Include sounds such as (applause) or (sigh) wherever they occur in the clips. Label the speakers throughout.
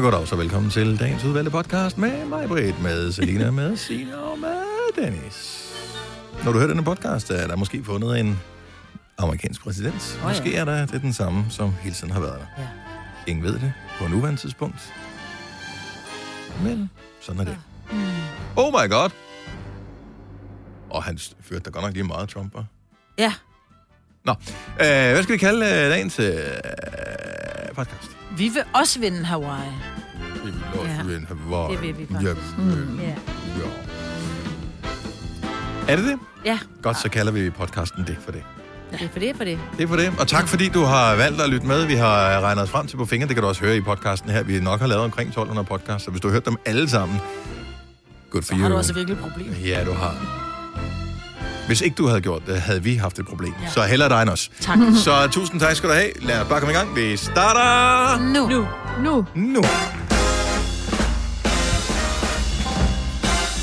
Speaker 1: Goddag, så velkommen til dagens udvalgte podcast med mig, Britt, med Selina, med Sina og med Dennis. Når du hører denne podcast, er der måske fundet en amerikansk præsident.
Speaker 2: Åh, ja.
Speaker 1: Måske er der det er den samme, som hele tiden har været der.
Speaker 2: Ja.
Speaker 1: Ingen ved det på nuværende tidspunkt. Men sådan er det.
Speaker 2: Ah.
Speaker 1: Oh my god! Og han s- førte da godt nok lige meget, Trump, var.
Speaker 2: Ja,
Speaker 1: Nå, øh, hvad skal vi kalde øh, dagens øh, podcast?
Speaker 2: vi vil også vinde Hawaii.
Speaker 1: Det vil også
Speaker 2: Ja.
Speaker 1: vinde Hawaii.
Speaker 2: Det vil vi
Speaker 1: Ja,
Speaker 2: faktisk. Mm.
Speaker 1: øh,
Speaker 2: Ja.
Speaker 1: ja. Er det det?
Speaker 2: Ja,
Speaker 1: Godt, så kalder vi podcasten det for det.
Speaker 2: det er for det, er for
Speaker 3: (laughs)
Speaker 2: det.
Speaker 1: Det er for det. Og tak fordi du har valgt at lytte med. Vi har regnet os frem til på fingre. Det kan du også høre i podcasten her. Vi nok har lavet omkring 1200 podcasts, så hvis du har hørt dem alle sammen, good for
Speaker 2: Har du
Speaker 1: you.
Speaker 2: også virkelig et problem?
Speaker 1: Ja, du har. Hvis ikke du havde gjort det, havde vi haft et problem. Ja. Så heller dig end os.
Speaker 2: Tak.
Speaker 1: Mm-hmm. Så tusind tak skal du have. Lad os bare komme i gang. Vi starter...
Speaker 2: Nu. nu.
Speaker 4: Nu.
Speaker 1: nu.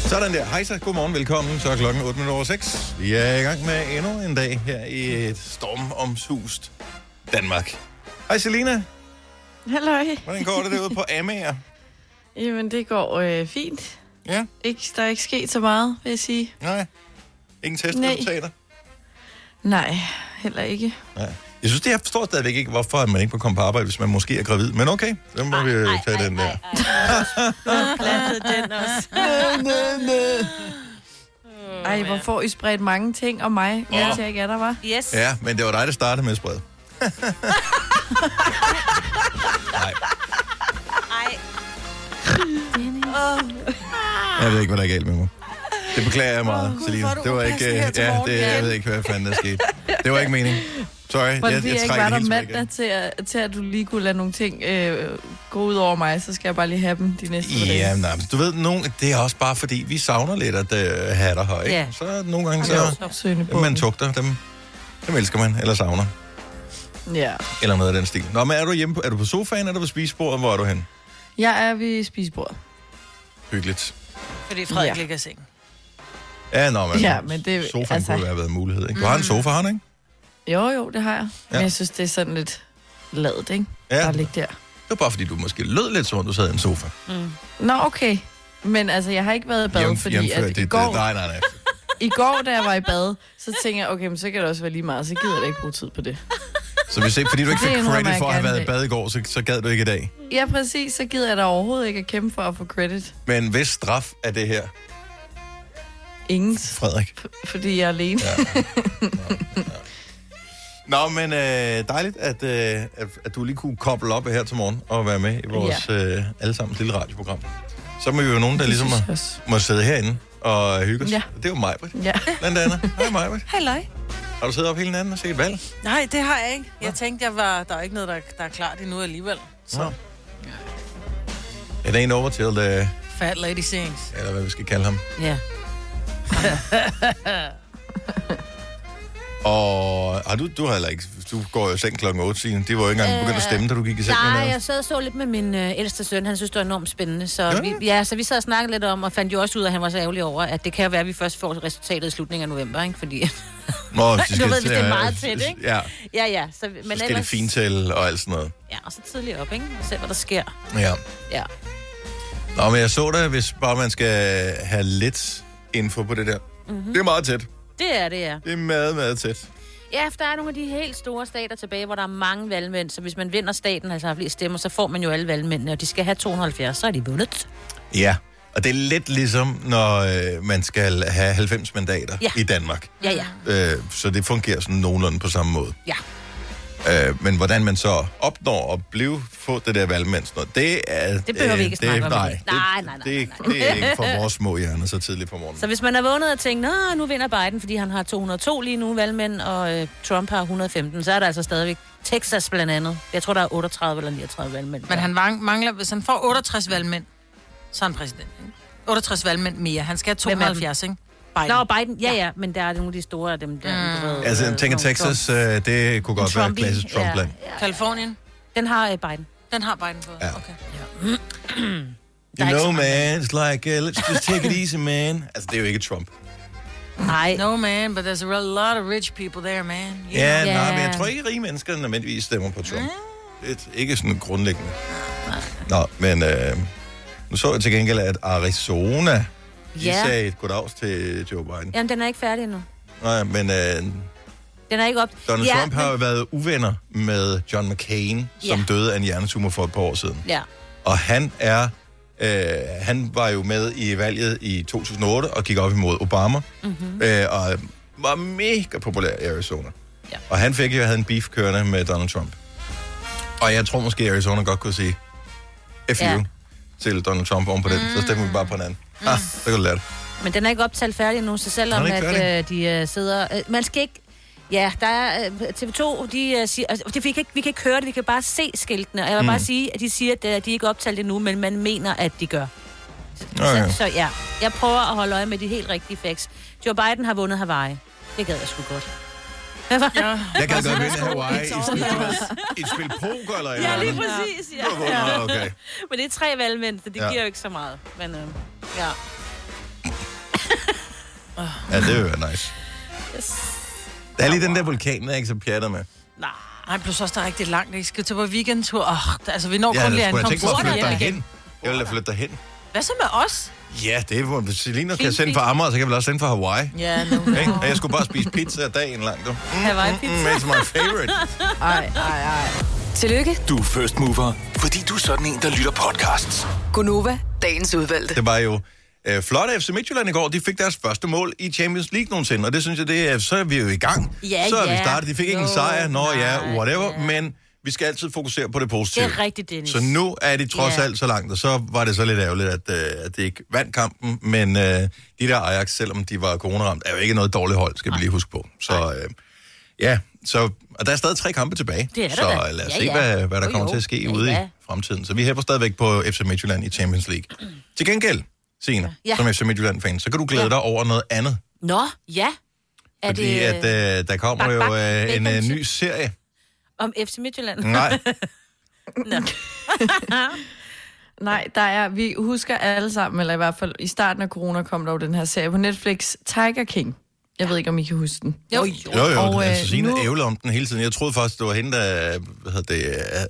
Speaker 1: Sådan der. Hej så, godmorgen, velkommen. Så er klokken 8 minutter over 6. Vi er i gang med endnu en dag her i et stormomsust Danmark. Hej Selina,
Speaker 4: Halløj.
Speaker 1: hvordan går det derude på Amager?
Speaker 4: (laughs) Jamen, det går øh, fint.
Speaker 1: Ja,
Speaker 4: Ikke, der er ikke sket så meget, vil jeg sige.
Speaker 1: nej. Ingen
Speaker 4: Nej.
Speaker 1: testresultater?
Speaker 4: Nej, heller ikke.
Speaker 1: Nej. Jeg synes, det jeg forstår stadigvæk ikke, hvorfor at man ikke må komme på arbejde, hvis man måske er gravid. Men okay, så må vi øh, tage den der.
Speaker 4: Plantede den også. Ej, hvor får I spredt mange ting om mig, mens jeg ikke er der, var.
Speaker 2: Yes.
Speaker 1: Ja, men det var dig, der startede med at sprede. Nej. Jeg ved ikke, hvad der er galt med mig. Det beklager jeg meget, oh, Selina. Det var ikke... øh, Ja, det, jeg ved ikke, hvad fanden der skete. Det var ikke meningen. Sorry, jeg,
Speaker 4: Fordi
Speaker 1: jeg,
Speaker 4: jeg, ikke var
Speaker 1: trækker det
Speaker 4: der
Speaker 1: helt tilbage igen.
Speaker 4: mandag til at, til, at du lige kunne lade nogle ting øh, gå ud over mig, så skal jeg bare lige have dem de næste par
Speaker 1: Ja,
Speaker 4: dage.
Speaker 1: nej, men du ved, nogen, det er også bare fordi, vi savner lidt at øh, have dig her, ikke?
Speaker 2: Ja.
Speaker 1: Så nogle gange,
Speaker 4: Så,
Speaker 1: så
Speaker 4: Søgende
Speaker 1: dem,
Speaker 4: på.
Speaker 1: man tugter, dem, dem elsker man, eller savner,
Speaker 4: Ja.
Speaker 1: eller noget af den stil. Nå, men er du hjemme på, er du på sofaen, er du på spisebordet, hvor er du hen?
Speaker 4: Jeg er ved spisebordet.
Speaker 1: Hyggeligt.
Speaker 2: Fordi Frederik
Speaker 4: Ja.
Speaker 2: ligger i sengen.
Speaker 1: Ja, nå, men,
Speaker 4: Ja, men det-
Speaker 1: sofaen altså...
Speaker 4: altså- Mm.
Speaker 1: kunne jo have været en mulighed, ikke? Du har en sofa, har du, ikke?
Speaker 4: Jo, jo, det har jeg. Ja.
Speaker 1: Ja.
Speaker 4: Men jeg synes, det er sådan lidt ladet, ikke?
Speaker 1: Ja.
Speaker 4: Bare ligge der.
Speaker 1: Det var bare, fordi du måske lød lidt som om, du sad i en sofa.
Speaker 4: Nå, okay. Men altså, jeg har ikke været i bad,
Speaker 1: Jævnf-
Speaker 4: fordi
Speaker 1: jævnfør
Speaker 4: at i,
Speaker 1: dit, øh,
Speaker 4: går,
Speaker 1: Nej, nej, nej.
Speaker 4: i går, da jeg var i bad, så tænkte jeg, okay, men så kan det også være lige meget, så gider jeg da ikke bruge tid på det.
Speaker 1: Så hvis ikke, fordi du ikke
Speaker 4: Det
Speaker 1: fik
Speaker 4: indrømmer
Speaker 1: credit
Speaker 4: jeg
Speaker 1: for at have
Speaker 4: gerne
Speaker 1: været i
Speaker 4: i
Speaker 1: bad i går, så, så gad du ikke i dag.
Speaker 4: Ja, præcis, så gider jeg da overhovedet ikke at kæmpe for at få credit.
Speaker 1: Men hvis straf er det her,
Speaker 4: Ingens,
Speaker 1: Frederik?
Speaker 4: f- fordi jeg er alene. Ja. (laughs)
Speaker 1: Nå, men øh, dejligt, at, øh, at, at du lige kunne koble op her til morgen og være med i vores ja. øh, allesammens lille radioprogram. Så må vi jo nogen, der ligesom må, må sidde herinde og hygge os. Ja.
Speaker 4: Ja.
Speaker 1: Det er jo mig, Britt.
Speaker 3: (laughs)
Speaker 4: ja.
Speaker 1: Blandt andet. Hej, mig,
Speaker 2: Halløj.
Speaker 1: Har du siddet op hele natten og set valg?
Speaker 2: Nej, det har jeg ikke. Jeg tænkte, jeg var, der er ikke noget, der, der er klart endnu alligevel. Så
Speaker 1: Så. It ain't over till the,
Speaker 2: fat lady sings.
Speaker 1: eller hvad vi skal kalde ham.
Speaker 2: Ja.
Speaker 1: Og har du, du har heller ikke, du går jo i seng klokken 8, Signe. Det var jo ikke engang begyndt at stemme, da du gik i seng.
Speaker 3: Øh, Nej,
Speaker 1: med
Speaker 3: jeg sad og så lidt med min øh, ældste søn. Han synes, det var enormt spændende. Så,
Speaker 1: Ja.
Speaker 3: ja. Vi, ja, så vi sad og snakkede lidt om, og fandt jo også ud af, at han var så ærgerlig over, at det kan jo være, at vi først får resultatet i slutningen af november, ikke? Fordi, (laughs) Du
Speaker 1: Nå, de
Speaker 3: ved,
Speaker 1: til
Speaker 3: hvis det er
Speaker 1: at-
Speaker 3: meget tæt, ikke?
Speaker 1: Ja,
Speaker 3: ja, ja. Så, men
Speaker 1: men så skal
Speaker 3: ellers,
Speaker 1: det fintælle og alt sådan noget.
Speaker 3: Ja, og så tidligt op, ikke? Og se, hvad der sker.
Speaker 1: Ja.
Speaker 3: Ja.
Speaker 1: Nå, men jeg så det, hvis bare man skal have lidt info på det der.
Speaker 3: Mhm.
Speaker 1: Mm-hmm. Det er meget tæt.
Speaker 3: Det er det, ja.
Speaker 1: Det er meget, meget tæt.
Speaker 3: Ja, for der er nogle af de helt store stater tilbage, hvor der er mange valgmænd. Så hvis man vinder staten, altså har flere stemmer, så får man jo alle valgmændene, og de skal have 270, så er de vundet.
Speaker 1: Ja, og det er lidt ligesom, når øh, man skal have 90 mandater
Speaker 3: Ja.
Speaker 1: i Danmark.
Speaker 3: Ja, ja.
Speaker 1: Øh, så det fungerer sådan nogenlunde på samme måde.
Speaker 3: Ja.
Speaker 1: Øh, men hvordan man så opnår at blive få det der valgmænd, sådan noget, det er...
Speaker 3: Det behøver vi ikke snakke om i
Speaker 1: Nej,
Speaker 3: dag.
Speaker 1: det,
Speaker 3: Nej, nej, nej,
Speaker 1: Det, er ikke- det er ikke for vores små hjerner så tidligt på morgenen.
Speaker 3: Så hvis man er vågnet og tænkt, at nu vinder Biden, fordi han har 202 lige nu valgmænd, og øh, Trump har 115, så er der altså stadigvæk Texas blandt andet. Jeg tror, der er 38 eller 39 valgmænd.
Speaker 2: Men (laughs) han vang- mangler, hvis han får 68 valgmænd, så er han præsident. ikke? 68 valgmænd mere. Han skal have
Speaker 3: Hvem er den?
Speaker 2: 72, ikke? Biden.
Speaker 3: Nå, Biden, ja, ja, men der er nogle af de store af dem, der... Mm. Ved,
Speaker 1: Altså,
Speaker 3: øh,
Speaker 1: jeg tænker
Speaker 3: Trump.
Speaker 1: Texas, øh, det kunne godt være
Speaker 3: Trumpy.
Speaker 1: klassisk Trump-land.
Speaker 3: Ja, ja.
Speaker 2: Kalifornien,
Speaker 3: Den har øh, Biden.
Speaker 2: den har Biden på.
Speaker 1: Ja.
Speaker 2: Okay.
Speaker 1: You
Speaker 3: ikke
Speaker 1: know,
Speaker 3: så
Speaker 1: man, it's like, uh, let's just take it easy, man. Altså, det er jo ikke Trump.
Speaker 3: Nej, no.
Speaker 2: No, man, but there's a real lot of rich people there, man. You
Speaker 1: Ja, yeah,
Speaker 3: Ja. Ah.
Speaker 1: nej, men jeg tror ikke, rige mennesker nødvendigvis stemmer på Trump. Det er ikke sådan grundlæggende. Nå, men øh, nu så jeg til gengæld, at Arizona de
Speaker 3: Ja.
Speaker 1: sagde et goddags til Joe Biden.
Speaker 3: Jamen, den er ikke færdig endnu.
Speaker 1: Nej, men øh,
Speaker 3: Den er ikke op.
Speaker 1: Donald ja, Trump
Speaker 3: men-
Speaker 1: har jo været uvenner med John McCain, som
Speaker 3: Ja.
Speaker 1: døde af en hjernetumor for et par år siden.
Speaker 3: Ja.
Speaker 1: Og han er... Øh, han var jo med i valget i 2008 og gik op imod Obama.
Speaker 3: Mhm.
Speaker 1: Mm-hmm. Øh, og var mega populær i Arizona.
Speaker 3: Ja.
Speaker 1: Og han fik jo havde en beef kørende med Donald Trump. Og jeg tror måske, at Arizona godt kunne sige F
Speaker 3: Ja.
Speaker 1: ja. til Donald Trump oven på den. Så stemmer vi bare på hinanden. Mm. Ah, så kan du lære det.
Speaker 3: Men den er ikke optalt færdig endnu, så selvom
Speaker 1: Nå, den er ikke
Speaker 3: at, øh, de øh, sidder... Øh, man skal ikke... Ja, der er øh, TV2, de øh, siger... Altså, det, vi, kan ikke, vi kan ikke høre det, vi kan bare se skiltene. Og jeg vil mm. bare sige, at de siger, at øh, de er ikke optalt endnu, men man mener, at de gør.
Speaker 1: Nå, ja.
Speaker 3: Så, så ja, jeg prøver at holde øje med de helt rigtige facts. Joe Biden har vundet Hawaii. Det gad jeg sgu godt. Hvad var det?
Speaker 4: Ja.
Speaker 1: Jeg kan
Speaker 4: så
Speaker 3: (laughs)
Speaker 1: godt
Speaker 4: er der
Speaker 1: vinde
Speaker 4: sgu
Speaker 1: Hawaii i
Speaker 4: lidt
Speaker 1: et spil, et spil poker eller et eller
Speaker 3: Ja, lige
Speaker 1: andet.
Speaker 3: præcis, ja.
Speaker 1: Nå, Okay.
Speaker 3: Men det er tre valgmænd, så det
Speaker 1: Ja.
Speaker 3: ja. giver jo ikke så meget. Men øh, ja.
Speaker 1: Ja, det vil være nice. Der er lige den der vulkan, der er ikke så pjatter med.
Speaker 2: Nej, nej, plus også der er rigtig langt. Ikke? Skal til på weekendtur. Oh, altså, vi når
Speaker 1: Ja,
Speaker 2: kun
Speaker 1: det
Speaker 2: lige
Speaker 1: skulle
Speaker 2: ankomme.
Speaker 1: jeg tænke
Speaker 2: Hurtigt
Speaker 1: mig at flytte dig
Speaker 2: hjem igen.
Speaker 1: hen. Jeg vil da flytte dig hen.
Speaker 2: Hvad så med os?
Speaker 1: Ja, det er, hvor hvis Selina kan
Speaker 2: Fint,
Speaker 1: sende
Speaker 2: fint.
Speaker 1: fra Amager, så kan jeg vel også sende fra Hawaii.
Speaker 2: Ja,
Speaker 1: (laughs)
Speaker 2: nu.
Speaker 1: Ikke? Og jeg skulle bare spise pizza dagen lang, du. Mm,
Speaker 3: Hawaii-pizza.
Speaker 1: Mm, it's my
Speaker 3: (laughs)
Speaker 1: favorite.
Speaker 4: Ej, ej, ej.
Speaker 5: Tillykke,
Speaker 6: Du er first mover, fordi du er sådan en, der lytter podcasts.
Speaker 5: Gunova, dagens udvalgte.
Speaker 1: Det var jo øh, flot af FC Midtjylland i går. De fik deres første mål i Champions League nogensinde, og det synes jeg, det er, så er vi jo i gang.
Speaker 3: Ja,
Speaker 1: så er vi
Speaker 3: ja.
Speaker 1: startet. De fik ikke en
Speaker 3: Jo,
Speaker 1: sejr. Nå ja,
Speaker 3: nej,
Speaker 1: whatever.
Speaker 3: ja.
Speaker 1: Men vi skal altid fokusere på det positive.
Speaker 3: Det er rigtigt, Dennis.
Speaker 1: Så nu er de trods
Speaker 3: Ja.
Speaker 1: alt så langt, og så var det så lidt ærgerligt, at, øh, at det ikke vandt kampen. Men øh, de der Ajax, selvom de var coronaramt, er jo ikke noget dårligt hold, skal vi lige huske på. Så øh, ja, så, og der er stadig tre kampe tilbage.
Speaker 3: Det er der
Speaker 1: så
Speaker 3: da.
Speaker 1: lad os
Speaker 3: Ja,
Speaker 1: se,
Speaker 3: ja.
Speaker 1: hvad, hvad der
Speaker 3: Jo,
Speaker 1: kommer
Speaker 3: jo.
Speaker 1: til at ske
Speaker 3: Ja,
Speaker 1: ude i
Speaker 3: ja.
Speaker 1: fremtiden. Så vi hæpper stadigvæk på FC Midtjylland i Champions League. Til gengæld, Signe, ja.
Speaker 3: Ja.
Speaker 1: som FC Midtjylland-fan, så kan du glæde dig over noget andet.
Speaker 3: Nå, ja. Er
Speaker 1: Fordi
Speaker 3: det øh,
Speaker 1: at, øh, der kommer
Speaker 3: Bak,
Speaker 1: jo
Speaker 3: bak,
Speaker 1: øh, en øh,
Speaker 3: velkommen
Speaker 1: ny serie.
Speaker 3: om FC Midtjylland?
Speaker 2: (laughs)
Speaker 1: Nej,
Speaker 3: (laughs) Nå.
Speaker 4: (laughs) Nej, der er, vi husker alle sammen, eller i hvert fald i starten af corona kom der jo den her serie på Netflix, Tiger King. Jeg ved ikke, om I kan huske den.
Speaker 3: Jo.
Speaker 1: Jo, jo, og,
Speaker 4: Og, øh,
Speaker 1: altså, Signe
Speaker 4: nu-
Speaker 1: ævlede om den hele tiden. Jeg troede faktisk, det var hende, der øh, hvad hedder det,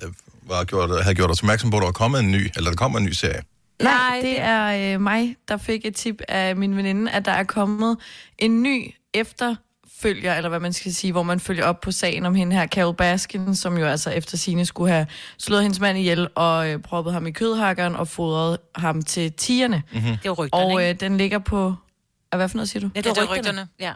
Speaker 1: øh, var gjort, havde gjort os opmærksom på, at der var kommet en ny, eller der kommer en ny serie.
Speaker 4: Nej, det er øh, mig, der fik et tip af min veninde, at der er kommet en ny efterfølger, eller hvad man skal sige, hvor man følger op på sagen om hende her, Carol Baskin, som jo altså efter sine skulle have slået hendes mand ihjel og øh, proppet ham i kødhakkeren og fodret ham til tierne. Mm-hmm.
Speaker 3: Det var rygterne,
Speaker 4: Og
Speaker 3: ikke?
Speaker 4: øh, den ligger på... Ah, Hvad for noget siger du?
Speaker 3: Ja,
Speaker 2: det var rygterne.
Speaker 3: Ja.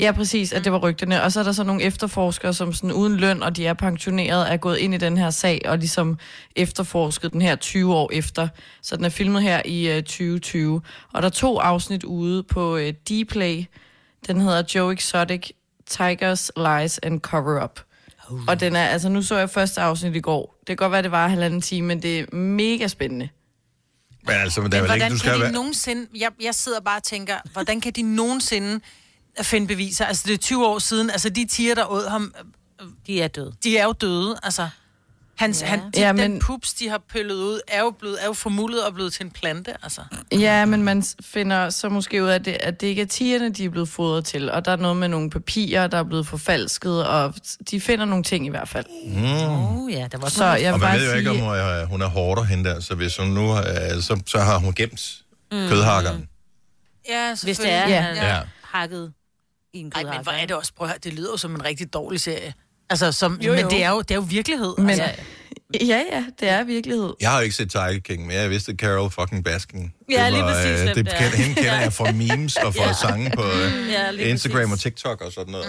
Speaker 4: Ja, præcis, at det var rygterne. Og så er der så nogle efterforskere, som sådan uden løn, og de er pensioneret, er gået ind i den her sag, og ligesom efterforsket den her 20 år efter. Så den er filmet her i øh, 2020. Og der er to afsnit ude på øh, D-Play. Den hedder Joe Exotic, Tigers, Lies and Cover-Up. Og den er, altså nu så jeg første afsnit i går. Det kan godt være, det var halvanden time, men det er mega spændende.
Speaker 1: Men altså, men der er vel ikke,
Speaker 2: Hvordan
Speaker 1: du
Speaker 2: kan
Speaker 1: skal
Speaker 2: de
Speaker 1: være...
Speaker 2: nogensinde... Jeg, jeg sidder bare og tænker, hvordan kan de nogensinde finde beviser? Altså, det er 20 år siden. Altså, de tiger, der åd ham,
Speaker 3: De er døde.
Speaker 2: de er jo døde. Altså, hans, ja. han, de, ja,
Speaker 4: Ja,
Speaker 2: men... den
Speaker 4: men-
Speaker 2: pups, de har pøllet ud, er jo, blevet, er jo formulet og blevet til en plante. Altså.
Speaker 4: Ja, men man s- finder så måske ud af, at det, at det ikke er tierne, de er blevet fodret til, og der er noget med nogle papirer, der er blevet forfalsket, og de finder nogle ting i hvert fald.
Speaker 3: Uh, ja, der var
Speaker 4: Så jeg
Speaker 1: Mm.
Speaker 4: vil
Speaker 1: Og man
Speaker 4: bare
Speaker 1: ved jo
Speaker 4: sige,
Speaker 1: ikke, om øh, hun er hårdere hende der, så hvis hun nu... Øh, så, så har hun gemt mm. kødhakkeren.
Speaker 2: Ja,
Speaker 3: Hvis det er,
Speaker 4: Ja.
Speaker 3: ja. han
Speaker 1: Ja.
Speaker 3: ja. hakket i en altså.
Speaker 2: Ej,
Speaker 3: kødhakke.
Speaker 2: men hvor er det også, prøv at høre, det lyder jo som en rigtig dårlig serie. Altså, som,
Speaker 4: Jo,
Speaker 2: jo, jo. men
Speaker 4: jo.
Speaker 2: det er jo, det er jo virkelighed.
Speaker 4: Men-
Speaker 2: altså.
Speaker 4: ja, ja, det er virkelighed.
Speaker 1: Jeg har jo ikke set Tiger King, men jeg vidste, at Carol fucking Baskin...
Speaker 3: Ja,
Speaker 1: det øh,
Speaker 3: lige præcis, hvem
Speaker 1: det,
Speaker 3: det
Speaker 1: det
Speaker 3: er.
Speaker 1: kend, Hende kender jeg
Speaker 3: (laughs)
Speaker 1: fra memes og fra sange på øh,
Speaker 3: Ja, lige
Speaker 1: Instagram og
Speaker 3: præcis. Mm.
Speaker 1: TikTok og sådan noget.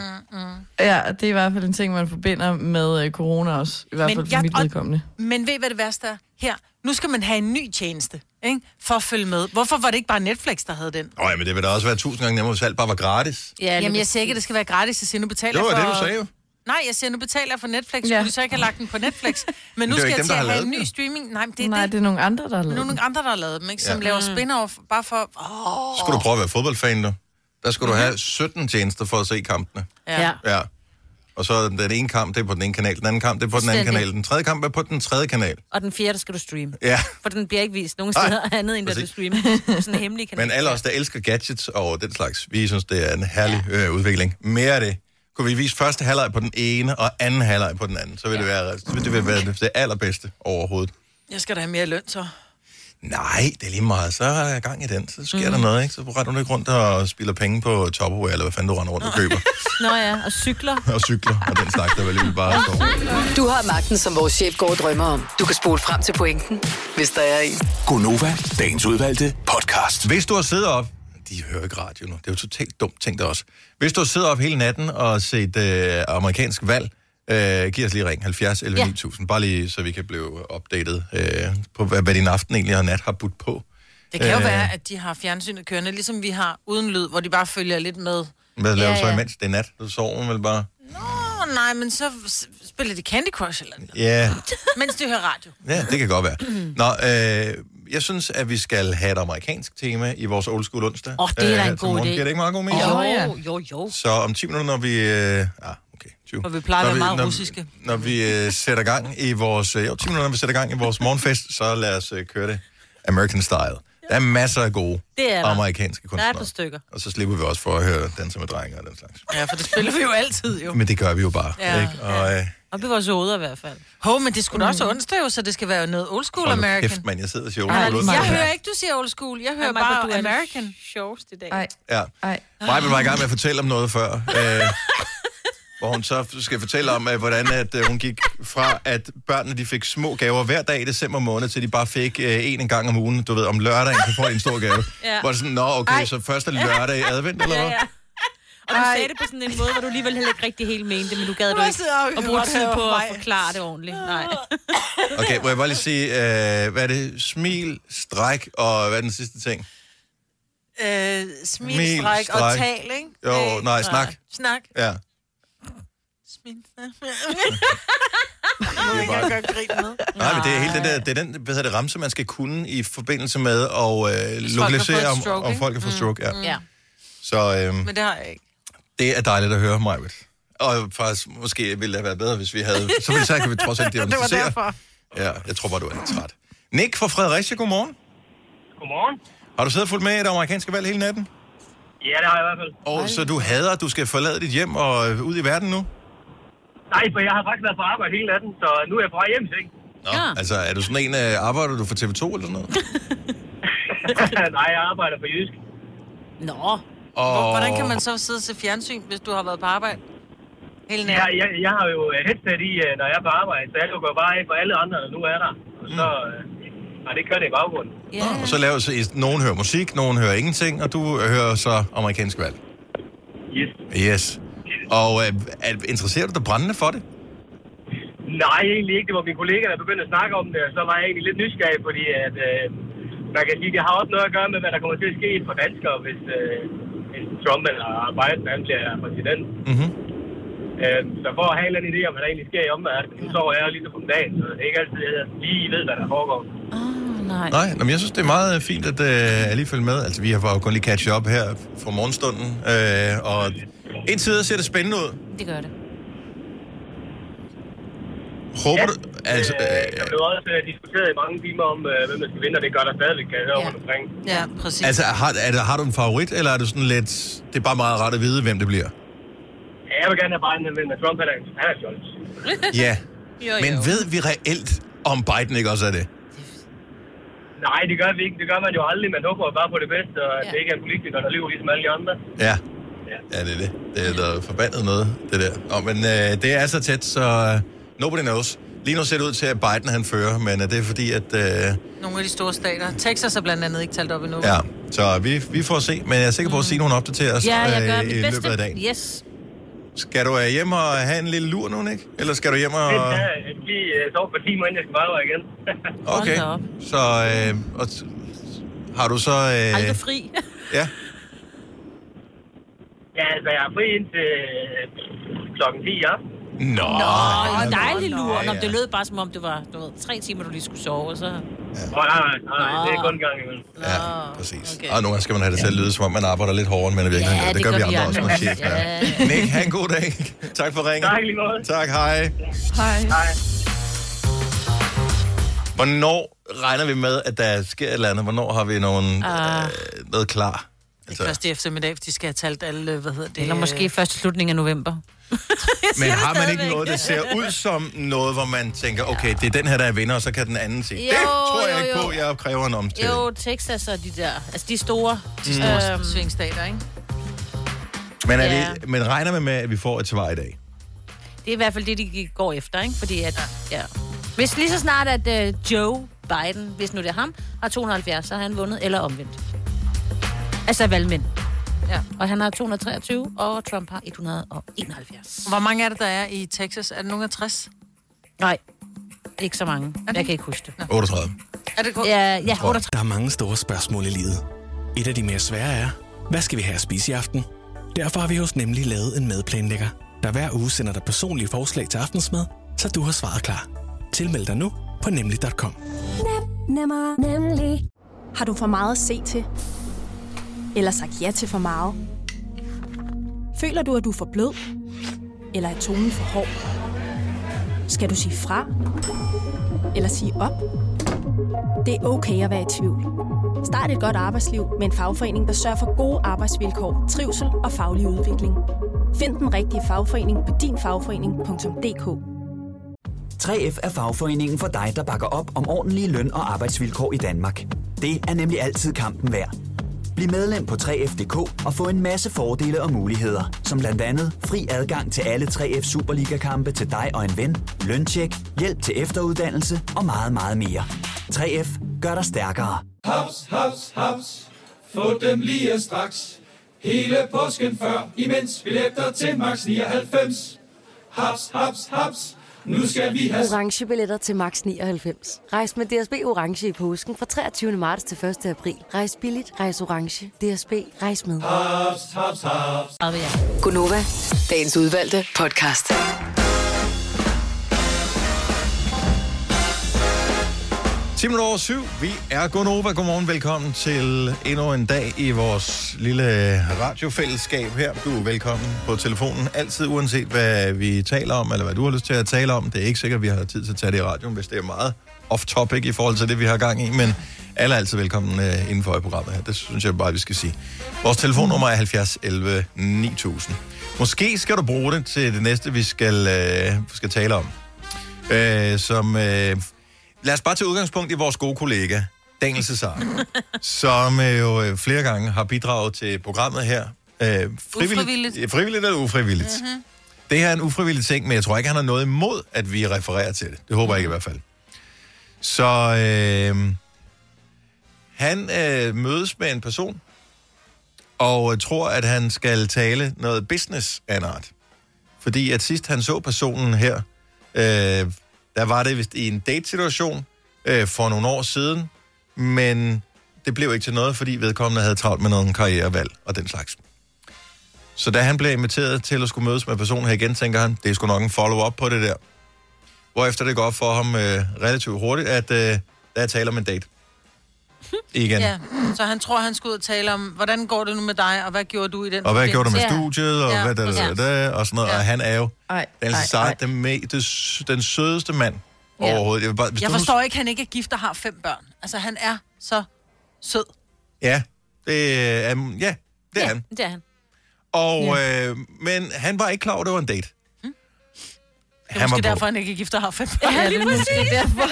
Speaker 4: Ja, det er i hvert fald en ting, man forbinder med øh, corona også, i hvert
Speaker 2: Men
Speaker 4: fald for
Speaker 2: jeg-
Speaker 4: mit
Speaker 2: og-
Speaker 4: vedkommende.
Speaker 2: Men ved I, hvad det værste er? Her, nu skal man have en ny tjeneste, ikke? For at følge med. Hvorfor var det ikke bare Netflix, der havde den?
Speaker 1: Nå, ja, men det vil da også være tusind gange nemmere, hvis alt bare var gratis.
Speaker 3: Ja, lige
Speaker 2: Jamen, jeg
Speaker 3: præcis.
Speaker 2: siger ikke, at det skal være gratis. Jeg siger, nu betaler
Speaker 1: Det var
Speaker 2: jeg for...
Speaker 1: det, du sagde jo.
Speaker 2: Nej, jeg siger, nu betaler jeg for Netflix. Ja.
Speaker 4: Ja.
Speaker 2: Skulle de så ikke have lagt den på
Speaker 1: (laughs)
Speaker 2: Netflix? Men nu
Speaker 1: det er
Speaker 2: skal
Speaker 1: jo ikke
Speaker 2: jeg
Speaker 1: dem,
Speaker 2: til
Speaker 1: der
Speaker 2: at
Speaker 1: har
Speaker 2: have
Speaker 1: lavet
Speaker 2: en
Speaker 1: den,
Speaker 2: ny
Speaker 1: jo.
Speaker 2: streaming. Nej, men det er
Speaker 4: Nej,
Speaker 2: Nej,
Speaker 4: det
Speaker 2: det.
Speaker 4: er nogle andre, der har
Speaker 2: Nu er
Speaker 4: lavet
Speaker 2: nogle
Speaker 4: det.
Speaker 2: andre, der har lavet dem, ikke? Som
Speaker 1: Ja.
Speaker 2: ja. laver
Speaker 3: Mm.
Speaker 2: spin-off bare for... Åh,
Speaker 1: skulle du prøve at være fodboldfan, du. Der skulle du
Speaker 3: Mhm.
Speaker 1: have 17 tjenester for at se kampene.
Speaker 2: ja.
Speaker 3: Ja.
Speaker 2: ja.
Speaker 1: Ja. Og så er den ene kamp, det er på den ene kanal. Den anden kamp, det er på den anden
Speaker 3: Fuldstændig.
Speaker 1: kanal. Den tredje kamp er på den tredje kanal.
Speaker 3: Og den fjerde skal du streame.
Speaker 1: Ja.
Speaker 3: For den bliver ikke vist nogen
Speaker 1: Nej,
Speaker 3: steder andet, end da du
Speaker 1: præcis.
Speaker 3: streamer. på
Speaker 1: (laughs)
Speaker 3: Sådan en hemmelig kanal.
Speaker 1: Men alle os, der elsker gadgets og den slags, vi synes, det er en herlig øh, udvikling. Mere af det. Kunne vi vise første halvleg på den ene, og anden halvleg på den anden, så ville det være, så ville det være det, det allerbedste overhovedet.
Speaker 2: Jeg skal da have mere løn, så.
Speaker 1: Nej, det er lige meget. Så er jeg gang i den. Så sker mm. der
Speaker 3: Mhm.
Speaker 1: noget, ikke? Så retter du ikke rundt og spiller penge på Topperware, eller hvad fanden du render rundt og køber.
Speaker 3: Nå ja, og cykler.
Speaker 1: og cykler, og den slags, der vel lige bare står.
Speaker 5: Du har magten, som vores chef går og drømmer om. Du kan spole frem til pointen, hvis der er en.
Speaker 6: Gonova, dagens udvalgte podcast.
Speaker 1: Hvis du har siddet op... De hører ikke radio nu. Det er jo totalt dumt, tænkte jeg også. Hvis du har siddet op hele natten og set øh, amerikansk valg, øh, giv os lige ring 70 11
Speaker 3: Ja.
Speaker 1: 9000. Bare lige, så vi kan blive opdateret øh, på, hvad, hvad din aften egentlig og nat har budt på.
Speaker 2: Det kan jo
Speaker 1: Øh.
Speaker 2: være, at de har fjernsynet kørende, ligesom vi har uden lyd, hvor de bare følger lidt med.
Speaker 1: Hvad laver
Speaker 3: Ja,
Speaker 1: du så
Speaker 3: ja.
Speaker 1: imens? Det er nat. Du sover vel bare...
Speaker 2: Åh, oh, nej, men så s- spiller de Candy Crush eller
Speaker 1: (laughs)
Speaker 2: noget,
Speaker 1: Ja,
Speaker 2: mens de hører
Speaker 1: (clears throat)
Speaker 2: radio.
Speaker 1: ja det kan godt være. Nå, øh, jeg synes, at vi skal have et amerikansk tema i vores old school onsdag.
Speaker 3: Åh, det er da
Speaker 1: her
Speaker 3: en
Speaker 1: til
Speaker 3: god
Speaker 1: morgen.
Speaker 3: idé.
Speaker 1: øh, Giver det ikke meget god mening?
Speaker 3: Jo,
Speaker 4: Nå, ja.
Speaker 3: jo, jo.
Speaker 1: Så om 10 minutter, når vi... Øh, ah, okay, 20.
Speaker 2: Når vi plejer at være meget
Speaker 1: når,
Speaker 2: russiske.
Speaker 1: Når vi øh, sætter gang i vores... Øh, jo, 10 minutter, når vi sætter gang i vores morgenfest, så lad os øh, køre det American Style. Der er masser af gode
Speaker 3: Det er der.
Speaker 1: amerikanske
Speaker 3: Der er et
Speaker 1: kunstnere.
Speaker 3: par stykker.
Speaker 1: Og så slipper vi også for at høre danser med drenge og den slags.
Speaker 2: Ja, for det spiller vi jo altid, jo.
Speaker 1: Men det gør vi jo bare,
Speaker 2: Ja.
Speaker 1: ikke? Og øh,
Speaker 3: Og det var så ude i hvert fald.
Speaker 2: Hov, men det skulle da også onsdag jo, så det skal være noget old school
Speaker 1: Mm. hold nu
Speaker 2: American.
Speaker 1: kæft, mand, jeg sidder og siger...
Speaker 4: Ej,
Speaker 1: "Oh,
Speaker 4: Maja.
Speaker 1: Gud."
Speaker 2: Jeg hører ikke, du siger old school. Jeg hører
Speaker 3: Ej, Michael,
Speaker 2: bare
Speaker 3: du er det
Speaker 2: American.
Speaker 3: Sjovest i dag.
Speaker 4: Ej,
Speaker 1: Ja.
Speaker 4: ej.
Speaker 1: Maja var i gang med at fortælle om noget før, øh, hvor hun så skal fortælle om, øh, hvordan at, øh, hun gik fra, at børnene de fik små gaver hver dag i december måned, til de bare fik øh, en gang om ugen. Du ved, om lørdagen, så får de en stor
Speaker 2: (laughs)
Speaker 1: gave.
Speaker 3: Ja.
Speaker 1: Hvor det sådan, nå okay, Ej. så første lørdag i advent,
Speaker 3: (laughs)
Speaker 1: eller
Speaker 3: Ja,
Speaker 1: hvad?
Speaker 3: ja. Og du
Speaker 4: Ej.
Speaker 3: sagde det på sådan en måde, hvor du alligevel heller ikke rigtig helt mente det, men du gad du
Speaker 2: Jeg
Speaker 3: ikke
Speaker 2: sidder og
Speaker 3: at bruge
Speaker 2: hører
Speaker 3: tid på
Speaker 2: mig.
Speaker 3: at forklare det ordentligt. Nej.
Speaker 1: Okay, må jeg bare lige sige, øh, hvad er det? Smil, stræk, og hvad er den sidste ting?
Speaker 2: Øh,
Speaker 1: Mil,
Speaker 2: smil, stræk og
Speaker 1: streg.
Speaker 2: tal, ikke?
Speaker 1: Jo,
Speaker 2: Øh,
Speaker 1: nej, snak.
Speaker 2: Snak.
Speaker 1: Ja. (laughs)
Speaker 2: Smil, snak.
Speaker 1: Det er
Speaker 2: Jeg kan
Speaker 1: bare...
Speaker 2: godt grine med.
Speaker 1: Nej, men det er hele den der, det er den, hvad hedder det, ramse, man skal kunne i forbindelse med at øh,
Speaker 2: folk har
Speaker 1: lokalisere,
Speaker 2: fået
Speaker 1: om,
Speaker 2: stroke,
Speaker 1: om
Speaker 2: ikke? Mm.
Speaker 1: folk har fået stroke. Ja.
Speaker 3: Ja.
Speaker 1: Så, øhm,
Speaker 2: Men det har jeg ikke.
Speaker 1: Det er dejligt at høre, Majbet. Og faktisk, måske ville det have været bedre, hvis vi havde... Øh, Så ville så kan vi trods
Speaker 2: (laughs)
Speaker 1: alt
Speaker 2: Det var
Speaker 1: diagnostisere.
Speaker 2: derfor.
Speaker 1: Ja, jeg tror bare, du er lidt træt. Nick fra Fredericia, godmorgen.
Speaker 7: Godmorgen.
Speaker 1: Har du siddet og fulgt med i det amerikanske valg hele natten?
Speaker 7: Ja, det har jeg i hvert fald.
Speaker 1: Og så du hader, at du skal forlade dit hjem og øh, ud i verden nu?
Speaker 7: Nej, for jeg har faktisk været på arbejde hele natten, så nu er jeg på vej hjem,
Speaker 1: (laughs)
Speaker 7: ikke?
Speaker 1: Nå,
Speaker 3: Ja.
Speaker 1: altså er du sådan en, øh, arbejder du for TV2 eller sådan noget?
Speaker 7: Nej, jeg arbejder på Jysk.
Speaker 3: Nå.
Speaker 1: Og,
Speaker 2: Hvordan kan man så sidde og se fjernsyn, hvis du har været på arbejde? Hele
Speaker 7: Jeg,
Speaker 2: natten.
Speaker 7: jeg, jeg har jo øh, headset i, øh, når jeg er på arbejde, så jeg lukker bare af for alle andre, der nu er der. Og så...
Speaker 1: Mm.
Speaker 7: Øh, nej, det kører det i baggrunden.
Speaker 3: Ja.
Speaker 1: Og så laver så, nogen hører musik, nogen hører ingenting, og du hører så amerikansk valg.
Speaker 7: Yes.
Speaker 1: Yes. Og øh, er, interesserer du dig brændende for det?
Speaker 7: Nej, egentlig ikke. Det var mine kollegaer, der begyndte at snakke om det, og så var jeg egentlig lidt nysgerrig, fordi at, øh, man kan sige, det har også noget at gøre med, hvad der kommer til at ske for danskere, hvis, øh, hvis Trump eller Biden han bliver præsident.
Speaker 1: Mhm.
Speaker 7: Øh, så for at have en eller anden idé om, hvad der egentlig sker i omverdenen, så sover jeg jo ligesom om dagen, så det er ikke altid, at jeg lige ved, hvad der foregår.
Speaker 3: Ah, nej.
Speaker 1: Nej, nå, men jeg synes, det er meget øh, fint at øh, lige følge med. Altså, vi har jo kun lige catch up her fra morgenstunden. Øh, og indtil videre ser det spændende ud.
Speaker 3: Det gør det.
Speaker 1: Håber du...
Speaker 7: Altså,
Speaker 1: Altså,
Speaker 7: øh, der
Speaker 1: øh,
Speaker 7: blev også øh, diskuteret i mange timer om, øh, hvem der skal vinde, og det gør der stadigvæk, kan jeg høre
Speaker 3: Ja.
Speaker 7: rundt omkring.
Speaker 2: Ja, præcis.
Speaker 1: altså har, er der, har du en favorit, eller er du sådan lidt... Det er bare meget rart at vide, hvem det bliver.
Speaker 7: Ja, Jeg vil gerne have Biden, men Trump han er, han er Scholz.
Speaker 1: Ja.
Speaker 3: (laughs) (laughs) Jo, jo.
Speaker 1: Men ved vi reelt, om Biden ikke også er det?
Speaker 7: Nej, det gør vi ikke. Det gør man jo aldrig. Man håber jo bare på det bedste, og ja.
Speaker 3: Ja.
Speaker 7: det ikke er en politiker, der lyver ligesom alle de andre.
Speaker 1: Ja. Ja, det er det. Det er der forbandet noget, det der. Nå, men øh, det er så tæt, så øh, nobody knows. Lige nu ser det ud til, at Biden han fører, men øh, det er fordi, at... Øh,
Speaker 2: Nogle af de store stater. Texas er blandt andet ikke talt op endnu.
Speaker 1: Ja, så vi, vi får se, men jeg er sikker på, at Signe hun opdaterer os
Speaker 3: Ja, jeg gør
Speaker 1: øh, i
Speaker 3: mit
Speaker 1: løbet af
Speaker 3: bedste.
Speaker 1: dagen. Mm,
Speaker 3: Yes.
Speaker 1: Skal du øh, hjem og have en lille lur nu, ikke? Eller skal du hjem og...
Speaker 7: Det er jeg skal lige øh, sove på timer, inden jeg skal bare arbejde igen. (laughs)
Speaker 1: Okay,
Speaker 3: Hold da op.
Speaker 1: så øh, og, t- har du så... Øh,
Speaker 3: Aldrig fri.
Speaker 1: ja,
Speaker 7: ja, altså, jeg er fri indtil øh, klokken 10 i aften.
Speaker 1: nå.
Speaker 3: Åh,
Speaker 1: ja,
Speaker 3: en dejlig lur.
Speaker 1: ja,
Speaker 3: Nå,
Speaker 1: ja.
Speaker 3: det lød bare som om, det var du ved, tre timer, du lige skulle sove, og så...
Speaker 7: Åh, nej, nej, nej, det er kun en gang imellem.
Speaker 1: Ja, præcis. Okay.
Speaker 3: okay.
Speaker 1: Og nogle gange skal man have det til at lyde, som om man arbejder lidt hårdere, end man i virkeligheden
Speaker 3: Ja,
Speaker 1: gør.
Speaker 3: det gør vi
Speaker 1: også, når
Speaker 3: andre.
Speaker 1: chef er.
Speaker 3: Ja.
Speaker 1: Nick, have en god dag. tak for ringen.
Speaker 7: Tak i lige måde.
Speaker 1: Tak, hej.
Speaker 4: Hej.
Speaker 7: Hej.
Speaker 3: Ah.
Speaker 2: Ah,
Speaker 1: Hvornår regner vi med, at der sker et eller andet? Hvornår har vi nogen, uh. øh, noget klar?
Speaker 2: Det er først i eftermiddag, fordi de skal have talt alle, øh, hvad hedder det?
Speaker 3: Eller måske først i slutningen af november.
Speaker 1: Men har man ikke noget, der ser ud som noget, hvor man tænker, okay, det er den her, der er vinder, og så kan den anden sige, det
Speaker 3: Jo,
Speaker 1: tror jeg
Speaker 3: jo,
Speaker 1: ikke
Speaker 3: jo.
Speaker 1: på, jeg kræver en omstilling.
Speaker 3: Jo, Texas og de der, altså de store.
Speaker 2: De
Speaker 1: Mm.
Speaker 2: store øhm. svingstater, ikke?
Speaker 1: Men, er
Speaker 3: Ja.
Speaker 1: det, men regner man med, at vi får et svar i dag?
Speaker 3: Det er i hvert fald det, de går efter, ikke? Fordi at, ja. Hvis lige så snart, at øh, Joe Biden, hvis nu det er ham, har 270, så har han vundet eller omvendt. Altså valgmænd.
Speaker 2: Ja.
Speaker 3: Og han har 223, og Trump har 171.
Speaker 2: Hvor mange er det, der er i Texas? Er det nogen af 60?
Speaker 3: Nej, ikke så mange. Jeg kan ikke huske det.
Speaker 1: 38.
Speaker 2: Er det godt?
Speaker 3: Ja, ja, 38.
Speaker 6: Der er mange store spørgsmål i livet. Et af de mere svære er, hvad skal vi have at spise i aften? Derfor har vi hos Nemlig lavet en madplanlægger, der hver uge sender dig personlige forslag til aftensmad, så du har svaret klar. Tilmeld dig nu på nemlig.com.
Speaker 8: Nemmer, nemlig. Har du for meget at se til? Eller sagt ja til for meget? Føler du, at du er for blød? Eller er tonen for hård? Skal du sige fra? Eller sige op? Det er okay at være i tvivl. Start et godt arbejdsliv med en fagforening, der sørger for gode arbejdsvilkår, trivsel og faglig udvikling. Find den rigtige fagforening på dinfagforening.dk.
Speaker 9: 3F er fagforeningen for dig, der bakker op om ordentlige løn- og arbejdsvilkår i Danmark. Det er nemlig altid kampen værd. Bliv medlem på 3F.dk og få en masse fordele og muligheder, som blandt andet fri adgang til alle 3F Superliga-kampe til dig og en ven, løntjek, hjælp til efteruddannelse og meget, meget mere. 3F gør dig stærkere.
Speaker 10: Haps, haps, haps. Få dem lige straks. Hele påsken før, imens billetter til max 99. Haps, haps, haps. Nu skal vi have
Speaker 11: Orange billetter til max 99. Rejs med DSB Orange i påsken fra 23. marts til 1. april. Rejs billigt, rejs orange. DSB, rejs med.
Speaker 10: haps, haps, haps.
Speaker 5: Gunova, dagens udvalgte podcast.
Speaker 1: Timen over syv. Vi er Gonova. Godmorgen. Velkommen til endnu en dag i vores lille radiofællesskab her. Du er velkommen på telefonen. Altid uanset hvad vi taler om, eller hvad du har lyst til at tale om. Det er ikke sikkert, at vi har tid til at tage det i radioen, hvis det er meget off-topic i forhold til det, vi har gang i. Men alle er altid velkommen øh, inden for i programmet her. Det synes jeg bare, vi skal sige. Vores telefonnummer er 70 11 9000. Måske skal du bruge det til det næste, vi skal, øh, skal tale om. Øh, som... Øh, lad os bare tage udgangspunkt i vores gode kollega, Daniel Cesar, som øh, jo øh, flere gange har bidraget til programmet her. Øh, frivilligt,
Speaker 2: Ufrivilligt.
Speaker 1: Ja, frivilligt eller ufrivilligt? Mm-hmm. Det her er en ufrivillig ting, men jeg tror ikke, han har noget imod, at vi refererer til det. Det håber jeg ikke i hvert fald. Så øh, han øh, mødes med en person, og øh, tror, at han skal tale noget business af en art. Fordi at sidst han så personen her, øh, der var det vist i en datesituation øh, for nogle år siden, men det blev ikke til noget, fordi vedkommende havde travlt med nogle karrierevalg og den slags. Så da han blev inviteret til at skulle mødes med personen her igen, tænker han, det er sgu nok en follow-up på det der. Hvorefter det går op for ham øh, relativt hurtigt, at øh, der er tale om en
Speaker 2: (laughs)
Speaker 1: date. Igen.
Speaker 2: Ja, så han tror, han skal ud og tale om, hvordan går det nu med dig, og hvad gjorde du i den
Speaker 1: Og hvad gjorde du med
Speaker 2: forbindelse?
Speaker 1: studiet, og
Speaker 2: Ja,
Speaker 1: hvad da, da, da, da, og sådan noget. Og han er jo
Speaker 4: Ej,
Speaker 1: den,
Speaker 4: ej,
Speaker 1: sej,
Speaker 4: ej.
Speaker 1: den, me, det, s- den sødeste mand overhovedet. Jeg, vil bare, hvis
Speaker 2: Jeg
Speaker 1: du nu-
Speaker 2: forstår ikke, at han ikke er gift og har fem børn. Altså, han er så sød.
Speaker 1: Ja, det er, um, ja, det er han.
Speaker 3: Det er han.
Speaker 1: Og, øh, men han var ikke klar over, at det var en date.
Speaker 2: Det er måske
Speaker 1: på.
Speaker 2: derfor, han ikke er gift og har fem børn.
Speaker 4: Ja, det er måske derfor.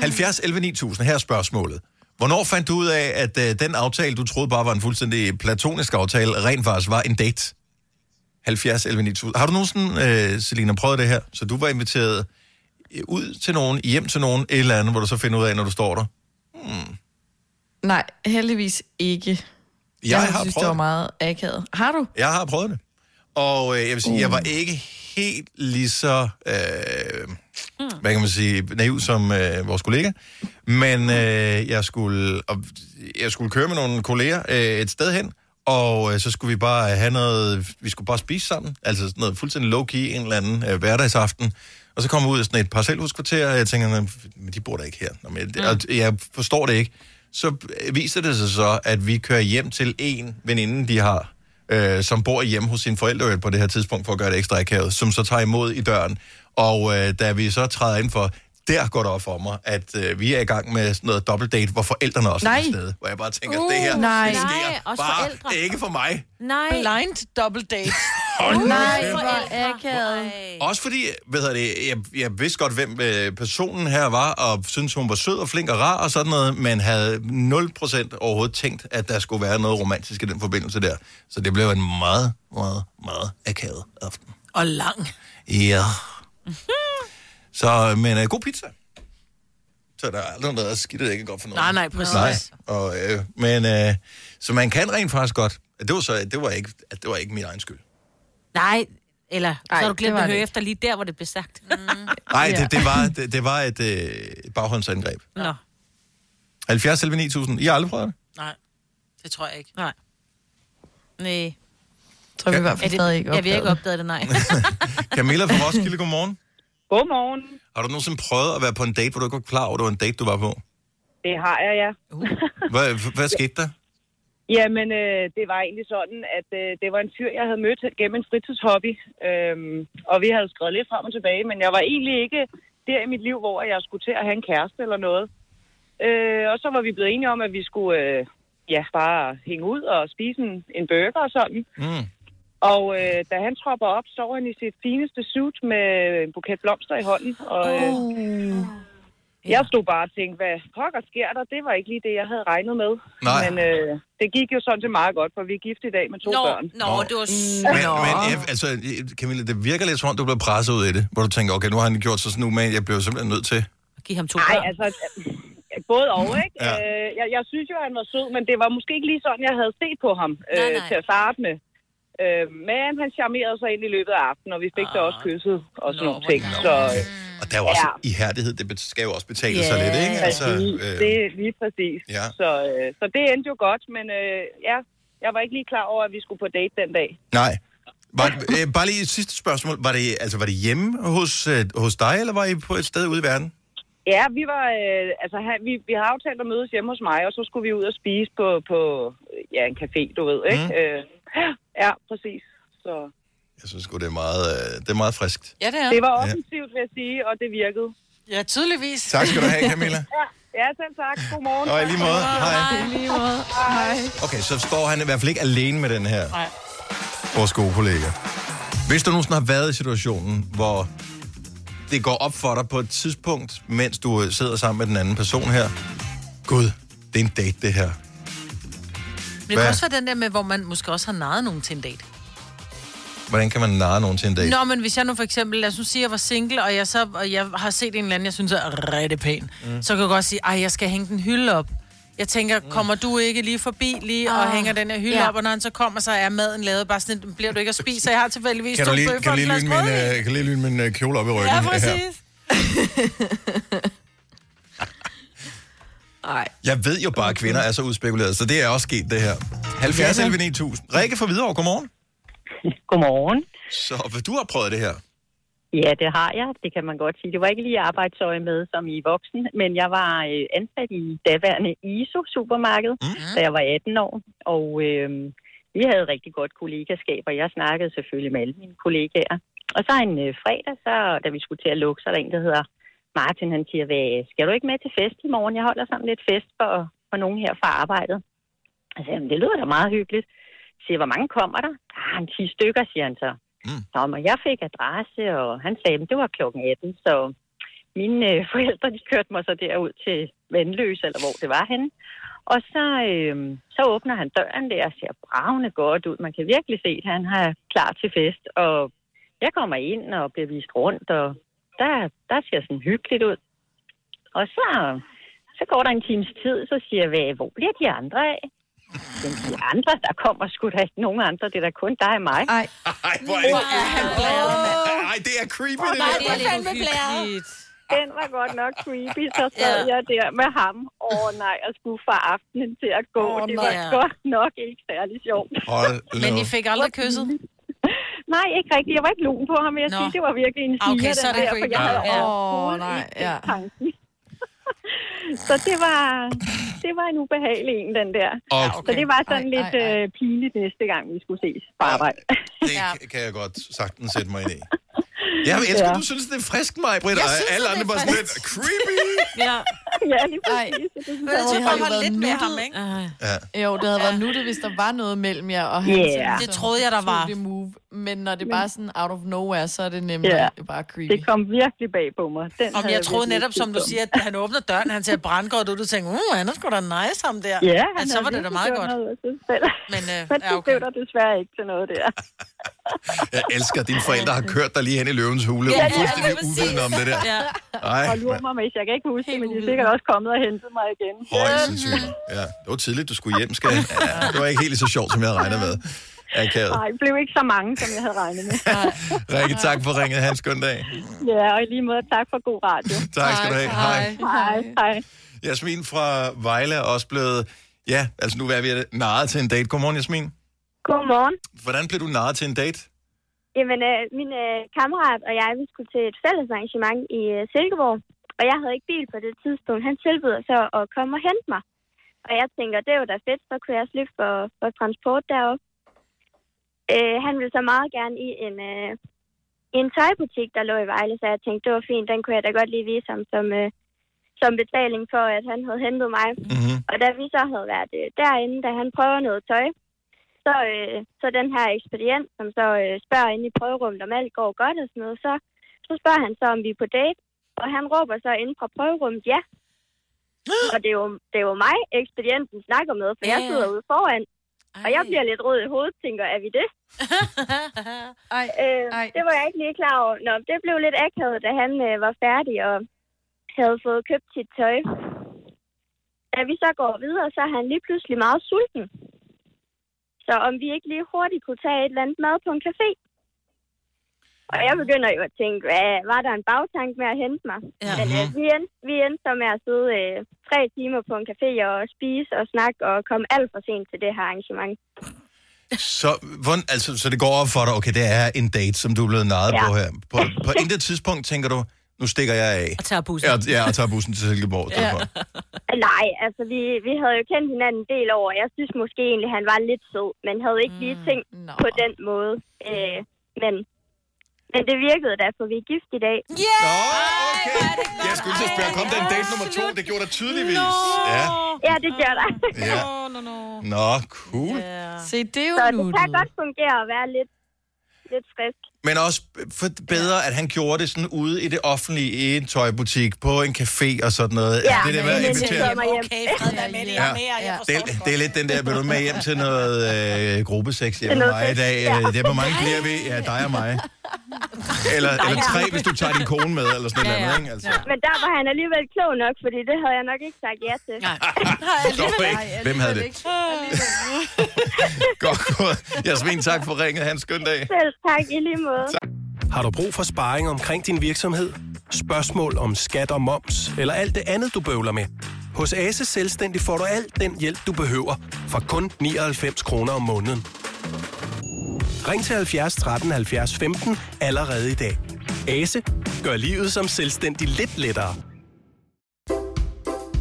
Speaker 1: 70 11 9000, her er spørgsmålet. Hvornår fandt du ud af, at øh, den aftale, du troede bare var en fuldstændig platonisk aftale, rent faktisk var en date? 70 11 9000. Har du nogensinde, øh, Selina, prøvet det her? Så du var inviteret øh, ud til nogen, hjem til nogen, et eller andet, hvor du så finder ud af, når du står der.
Speaker 4: Nej, heldigvis ikke.
Speaker 1: Jeg,
Speaker 4: Jeg,
Speaker 1: jeg
Speaker 4: jeg
Speaker 1: har
Speaker 4: synes, det var
Speaker 1: prøvet det.
Speaker 4: meget akavet. Har du?
Speaker 1: Jeg har prøvet det. Og øh, jeg vil sige, jeg var ikke helt lige så, øh, hvad kan man sige, naiv som øh, vores kollega. Men øh, jeg, skulle, og jeg skulle køre med nogle kolleger øh, et sted hen, og øh, så skulle vi bare have noget, vi skulle bare spise sammen. Altså sådan noget fuldstændig low-key en eller anden øh, hverdagsaften. Og så kom vi ud af sådan et parcelhuskvarter, og jeg tænker, "Nå, men de bor da ikke her. Nå, men
Speaker 2: Mm.
Speaker 1: jeg, og jeg forstår det ikke. Så viser det sig så, at vi kører hjem til en veninde, de har øh, som bor hjemme hos sine forældre øh, på det her tidspunkt, for at gøre det ekstra akavet, som så tager imod i døren. Og øh, da vi så træder ind for, der går det op for mig, at øh, vi er i gang med sådan noget dobbeltdate, hvor forældrene også er
Speaker 2: Nej.
Speaker 1: til stede. Hvor jeg bare tænker,
Speaker 2: Uh,
Speaker 1: det her,
Speaker 2: nej.
Speaker 1: det sker
Speaker 2: Nej, også
Speaker 1: bare
Speaker 2: forældre.
Speaker 1: ikke for mig.
Speaker 3: Nej.
Speaker 2: Blind double date.
Speaker 1: (laughs) Hold nu
Speaker 4: Nej,
Speaker 1: kæft.
Speaker 4: hvor akavet.
Speaker 2: Øh.
Speaker 1: Også fordi, ved jeg, det, jeg, jeg vidste godt, hvem øh, personen her var, og syntes, hun var sød og flink og rar og sådan noget, men havde 0% overhovedet tænkt, at der skulle være noget romantisk i den forbindelse der. Så det blev en meget, meget, meget akavet aften.
Speaker 2: Og
Speaker 1: (laughs)
Speaker 2: lang.
Speaker 1: Ja. Så, men øh, god pizza. Så der er aldrig noget, der er skidt, det ikke er godt for noget.
Speaker 2: Nej, nej, præcis.
Speaker 1: Nej. Og, øh, men, øh, så man kan rent faktisk godt. Det var, så, det var, ikke, det var ikke min egen skyld.
Speaker 3: Nej, eller Ej, så har du
Speaker 4: det
Speaker 3: glemt
Speaker 4: var
Speaker 3: at høre
Speaker 4: det.
Speaker 3: efter lige der, hvor det blev sagt.
Speaker 1: Nej, det, det, var, det, det var et øh, baghåndsangreb.
Speaker 3: Nå,
Speaker 1: 70 selv 9000. I har aldrig prøvet det?
Speaker 2: Nej, det tror jeg ikke.
Speaker 3: nej. Nej.
Speaker 4: Tror vi i hvert
Speaker 3: Er
Speaker 4: fald
Speaker 3: det,
Speaker 4: stadig ikke
Speaker 3: ja, vi har ikke
Speaker 4: opdaget.
Speaker 3: opdaget det, nej.
Speaker 1: Camilla fra Roskilde, godmorgen.
Speaker 12: Godmorgen.
Speaker 1: Har du nogensinde prøvet at være på en date, hvor du ikke var klar over, at det var en date, du var på?
Speaker 12: Det har jeg, ja.
Speaker 1: Hvad, hvad skete der?
Speaker 12: Jamen, øh, det var egentlig sådan, at øh, det var en fyr, jeg havde mødt gennem en fritidshobby. Øhm, og vi havde skrevet lidt frem og tilbage, men jeg var egentlig ikke der i mit liv, hvor jeg skulle til at have en kæreste eller noget. Øh, og så var vi blevet enige om, at vi skulle øh, ja, bare hænge ud og spise en, en burger og sådan.
Speaker 1: Mm.
Speaker 12: Og øh, da han tropper op, står han i sit fineste suit med en buket blomster i hånden. Og, øh, Jeg stod bare og tænkte, hvad pokker sker der? Det var ikke lige det, jeg havde regnet med.
Speaker 1: Nej.
Speaker 12: Men øh, det gik jo sådan set meget godt, for vi er gift i dag med to
Speaker 3: Nå,
Speaker 12: børn. Mm.
Speaker 3: nå, det var... s-
Speaker 1: Men, men jeg, altså, Camilla, det virker lidt som om, du blev presset ud i det. Hvor du tænker, okay, nu har han gjort sig sådan umage, jeg bliver simpelthen nødt til.
Speaker 3: Giv ham to
Speaker 12: Nej,
Speaker 3: børn.
Speaker 12: altså, øh, både og, ikke?
Speaker 1: Ja.
Speaker 12: Ja. Øh, jeg, jeg synes jo, han var sød, men det var måske ikke lige sådan, jeg havde set på ham øh,
Speaker 3: Nej, nej.
Speaker 12: til at starte med. Øh, men han charmerede sig ind i løbet af aftenen, og vi fik ah. da også kysset og sådan nogle ting. Så øh,
Speaker 1: Og der er jo også
Speaker 12: Ja.
Speaker 1: ihærdighed, det be- skal jo også betale
Speaker 3: Ja,
Speaker 1: sig lidt, ikke? Altså,
Speaker 12: øh. det er lige præcis.
Speaker 1: ja.
Speaker 12: Så, øh, så det endte jo godt, men øh, ja, jeg var ikke lige klar over, at vi skulle på date den dag.
Speaker 1: Nej. Var, øh, bare lige et sidste spørgsmål. Var det, altså, var det hjemme hos, øh, hos dig, eller var I på et sted ude i verden?
Speaker 12: Ja, vi var, øh, altså, han, vi, vi har aftalt at mødes hjemme hos mig, og så skulle vi ud og spise på, på øh, ja, en café, du ved, ikke?
Speaker 1: Mm.
Speaker 12: Mm. Øh, ja, præcis. Så
Speaker 1: Jeg synes sgu, det er meget, øh, det er meget friskt.
Speaker 2: Ja, det er.
Speaker 12: det var offensivt, vil jeg sige, og det virkede.
Speaker 2: Ja, tydeligvis.
Speaker 1: Tak skal du have, Camilla.
Speaker 12: Ja, (laughs) ja selv tak. Godmorgen.
Speaker 1: Og i lige måde. Hej.
Speaker 4: Lige måde. Hej.
Speaker 1: Okay, så står han i hvert fald ikke alene med den her.
Speaker 2: Nej.
Speaker 1: Vores gode kollega. Hvis du nogensinde har været i situationen, hvor det går op for dig på et tidspunkt, mens du øh, sidder sammen med den anden person her. Gud, det er en date, det her.
Speaker 2: Men det
Speaker 1: Hvad?
Speaker 2: kan også være den der med, hvor man måske også har naret nogen til en date.
Speaker 1: Hvordan kan man narre nogen til en date?
Speaker 2: Nå, men hvis jeg nu for eksempel, lad os nu sige, at jeg var single, og jeg, så, og jeg har set en eller anden, jeg synes er rigtig pæn, mm. så kan jeg godt sige, ej, jeg skal hænge den hylde op. Jeg tænker,
Speaker 1: Mm.
Speaker 2: kommer du ikke lige forbi lige og
Speaker 4: Ah,
Speaker 2: hænger den her hylde
Speaker 4: ja.
Speaker 2: op, og når han så kommer, så er maden lavet bare sådan, lidt, bliver du ikke at spise, så jeg har tilfældigvis
Speaker 1: Kan du
Speaker 2: to
Speaker 1: lige,
Speaker 2: bøffer
Speaker 1: kan
Speaker 2: og
Speaker 1: du
Speaker 2: en
Speaker 1: lige
Speaker 2: glas
Speaker 1: lyne min,
Speaker 2: rødvin?
Speaker 1: øh, kan du lige lyne min øh, kjole op i ryggen?
Speaker 2: Ja,
Speaker 1: her?
Speaker 2: præcis.
Speaker 4: Ej.
Speaker 1: Jeg ved jo bare, at kvinder er så udspekuleret, så det er også sket det her. 70 11 9000. Rikke fra Hvidovre, godmorgen.
Speaker 13: Godmorgen.
Speaker 1: Så hvad du har prøvet det her?
Speaker 13: Ja, det har jeg. Det kan man godt sige. Det var ikke lige arbejdsøje med som i voksen, men jeg var øh, ansat i daværende ISO-supermarked, mm-hmm. da jeg var 18 år. Og øh, vi havde et rigtig godt kollegaskab, og jeg snakkede selvfølgelig med alle mine kollegaer. Og så en øh, fredag, så, da vi skulle til at lukke, så er der en, der hedder Martin, han siger, Hvad, skal du ikke med til fest i morgen? Jeg holder sådan lidt fest for, for nogen her fra arbejdet. Jeg sagde, "Jamen, det lyder da meget hyggeligt. Jeg siger, hvor mange kommer der? Ah, en 10 stykker, siger han så. Nå, men jeg fik adresse, og han sagde, at det var klokken 18, så mine øh, forældre, de kørte mig så derud til Vandløs, eller hvor det var henne. Og så, øh, så åbner han døren der og ser bravende godt ud. Man kan virkelig se, at han er klar til fest. Og jeg kommer ind og bliver vist rundt, og der, der ser sådan hyggeligt ud. Og så, så går der en times tid, så siger jeg, "Hvad, hvor bliver de andre af? Jamen, de andre, der kommer sgu da ikke nogen andre. Det er da kun dig og mig.
Speaker 4: Ej.
Speaker 1: Ej, hvor er det... Ej, det er creepy, det
Speaker 3: Nej,
Speaker 1: der.
Speaker 3: det er fandme blæret.
Speaker 13: den var godt nok creepy, så sad
Speaker 3: Ja.
Speaker 13: ja. jeg der med ham. Åh oh, nej, og skulle fra aftenen til at gå.
Speaker 2: Åh,
Speaker 13: Oh, det var
Speaker 2: nej.
Speaker 13: godt nok ikke særlig sjovt.
Speaker 1: Hold
Speaker 2: Men
Speaker 1: nu.
Speaker 2: I fik aldrig kysset?
Speaker 13: Nej, ikke rigtigt. Jeg var ikke lun på ham, jeg
Speaker 2: Nå.
Speaker 13: sige. Det var virkelig en
Speaker 2: Ah,
Speaker 13: siger,
Speaker 2: okay, så er
Speaker 13: den
Speaker 2: det
Speaker 13: der, for
Speaker 2: creepy.
Speaker 13: jeg havde
Speaker 2: Ja.
Speaker 13: overhovedet
Speaker 4: Åh, nej,
Speaker 13: ikke tænkt
Speaker 4: ja.
Speaker 13: tanken. (laughs) så det var, det var en ubehagelig en, den der.
Speaker 1: Og
Speaker 13: Så det var sådan
Speaker 4: Ej,
Speaker 13: ej, lidt øh,
Speaker 4: ej,
Speaker 13: ej,
Speaker 4: ej.
Speaker 13: ej. pinligt næste gang, vi skulle ses på arbejde.
Speaker 1: det kan jeg godt sagtens sætte mig ind i. Jeg elsker, ja. du synes, det er frisk mig, Britt, og alle andre bare sådan lidt creepy.
Speaker 2: (laughs) ja.
Speaker 12: ja, lige
Speaker 4: præcis. Jeg synes,
Speaker 2: Men jeg tror,
Speaker 4: det
Speaker 2: man
Speaker 4: havde
Speaker 2: holdt
Speaker 4: været
Speaker 2: lidt med
Speaker 4: nuttet.
Speaker 2: ham, ikke?
Speaker 4: Ja. Jo, det havde været nuttet, hvis der var noget mellem jer og han.
Speaker 2: Ja.
Speaker 4: sådan,
Speaker 2: Det
Speaker 4: så
Speaker 2: troede jeg, der var.
Speaker 4: tog Det move. Men når det bare er sådan out of nowhere, så er det nemlig
Speaker 13: Ja.
Speaker 4: yeah. bare creepy.
Speaker 13: Det kom virkelig bag på mig. Den
Speaker 2: Om
Speaker 13: havde
Speaker 2: jeg troede
Speaker 13: virkelig
Speaker 2: netop, som du
Speaker 13: ikke
Speaker 2: siger, at han åbner døren, han ser brandgodt ud, du tænker, uh, han er sgu da nice ham der.
Speaker 13: Ja, han
Speaker 2: altså, så
Speaker 13: havde
Speaker 2: var det da
Speaker 13: virkelig
Speaker 2: meget
Speaker 13: gjort
Speaker 2: godt.
Speaker 13: noget ud af sig selv.
Speaker 2: Men, øh,
Speaker 13: (laughs) Men
Speaker 2: ja,
Speaker 13: det
Speaker 2: okay.
Speaker 13: blev der desværre ikke til noget der.
Speaker 1: Jeg elsker, at dine forældre har kørt dig lige hen i løvens hule, ja,
Speaker 13: Ja,
Speaker 1: og
Speaker 13: ja,
Speaker 1: fuldstændig
Speaker 13: præcis.
Speaker 1: uvidende om det der.
Speaker 13: Ja.
Speaker 1: Ej,
Speaker 13: og lurer
Speaker 1: mand.
Speaker 13: mig, hvis jeg kan ikke huske det, men de er sikkert også kommet og hentet mig igen.
Speaker 1: Højst sandsynligt. Ja, det var tidligt, du skulle hjem, skal jeg. Ja, det var ikke helt så sjovt, som jeg havde regnet med. Akavet.
Speaker 13: Nej, det blev ikke så mange, som jeg havde regnet med.
Speaker 1: Rikke, tak for ringet. Hans, skøn dag.
Speaker 13: ja, og i lige måde, tak for god radio.
Speaker 1: Tak skal du have. Hej.
Speaker 13: Hej. Hej.
Speaker 1: Jasmin fra Vejle er også blevet... Ja, altså nu er vi narret til en date. Godmorgen, Jasmin.
Speaker 14: Godmorgen.
Speaker 1: Hvordan blev du narret til en date?
Speaker 14: Jamen, øh, min øh, kammerat og jeg, vi skulle til et fælles arrangement i øh, Silkeborg. Og jeg havde ikke bil på det tidspunkt. Han tilbød så at komme og hente mig. Og jeg tænker, det var da fedt, så kunne jeg slippe for, for transport deroppe. Øh, han ville så meget gerne i en, øh, i en tøjbutik, der lå i Vejle, så jeg tænkte, det var fint, den kunne jeg da godt lige vise ham som, øh, som betaling for, at han havde hentet mig.
Speaker 1: Mm-hmm.
Speaker 14: Og da vi så havde været øh, derinde, da han prøver noget tøj, så, øh, så den her ekspedient, som så øh, spørger inde i prøverummet, om alt går godt og sådan noget, så, så spørger han så, om vi er på date, og han råber så inde fra prøverummet, ja. Og det er jo, det er jo mig, ekspedienten snakker med, for
Speaker 3: Ja,
Speaker 14: jeg
Speaker 3: ja.
Speaker 14: sidder ude foran. Og jeg bliver lidt rød i hovedet, tænker, er vi det?
Speaker 4: (laughs) ej,
Speaker 14: øh, Det var jeg ikke lige klar over. Nå, det blev lidt akavet, da han øh, var færdig og havde fået købt sit tøj. Da vi så går videre, så er han lige pludselig meget sulten. Så om vi ikke lige hurtigt kunne tage et eller andet mad på en café. Og jeg begynder jo at tænke, hvad var der en bagtank med at hente mig? Ja. Men øh, vi, endte, vi endte så med at sidde øh, tre timer på en café og spise og snakke og komme alt for sent til det her arrangement.
Speaker 1: Så, hvordan, altså, så det går op for dig, okay, det er en date, som du er blevet narret ja.
Speaker 14: Ja.
Speaker 1: på her. På, på intet tidspunkt tænker du, nu stikker jeg af. Og
Speaker 2: tager bussen.
Speaker 1: Ja, ja og tager bussen til Silkeborg. Ja.
Speaker 14: (laughs) Nej, altså vi, vi havde jo kendt hinanden en del over. Jeg synes måske egentlig, han var lidt sød, men havde ikke
Speaker 1: Mm,
Speaker 14: lige tænkt no. på den måde. Øh, men, men det virkede da, for vi er gift i dag.
Speaker 2: Yeah!
Speaker 1: Nå, okay. Jeg skulle til at spørge, kom den date nummer to, det gjorde der tydeligvis. Ja.
Speaker 14: Ja, det gør der.
Speaker 1: Ja. Nå, cool.
Speaker 4: Se, det er jo
Speaker 14: Så
Speaker 4: nu,
Speaker 14: det kan godt fungere at være lidt, lidt frisk.
Speaker 1: Men også for bedre, at han gjorde det sådan ude i det offentlige, i en tøjbutik, på en café og sådan noget. Altså,
Speaker 14: Ja,
Speaker 1: det der med
Speaker 14: men
Speaker 1: at
Speaker 14: det
Speaker 1: invitere-
Speaker 14: sidder mig hjem.
Speaker 2: Okay, fred være med det. Jeg er med, og jeg
Speaker 1: det, er- det er lidt den der, vil du med hjem til noget øh, gruppesex hjemme med
Speaker 2: noget
Speaker 1: mig i
Speaker 2: sex,
Speaker 1: dag? Øh,
Speaker 2: ja.
Speaker 1: Ja. Det er, hvor mange bliver vi? Ja, dig og mig. Eller,
Speaker 14: Dig
Speaker 1: eller
Speaker 14: og
Speaker 1: tre,
Speaker 14: mig.
Speaker 1: hvis du tager din kone med, eller sådan ja, noget ja. andet, ikke? Altså,
Speaker 14: Men der var han alligevel klog nok, fordi det havde jeg nok ikke sagt ja til. (laughs)
Speaker 2: Nej.
Speaker 1: Dog ikke. Hvem havde det? Altså, Godt gået. Jasmin, tak for ringet. Ha' en skøn dag.
Speaker 14: Selv tak, i lige måde.
Speaker 6: Har du brug for sparring omkring din virksomhed? Spørgsmål om skat og moms, eller alt det andet, du bøvler med? Hos Ase Selvstændig får du alt den hjælp, du behøver, for kun 99 kroner om måneden. Ring til 70 13 70 15 allerede i dag. Ase gør livet som selvstændig lidt lettere.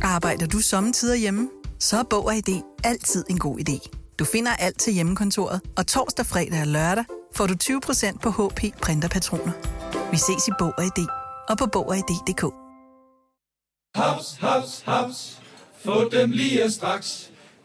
Speaker 15: Arbejder du sommetider hjemme? Så er Bog og ID altid en god idé. Du finder alt til hjemmekontoret, og torsdag, fredag og lørdag får du 20% på HP printerpatroner. Vi ses i Bog og ID og på Bog og ID.dk.
Speaker 10: Haps, haps, haps. Få dem lige straks.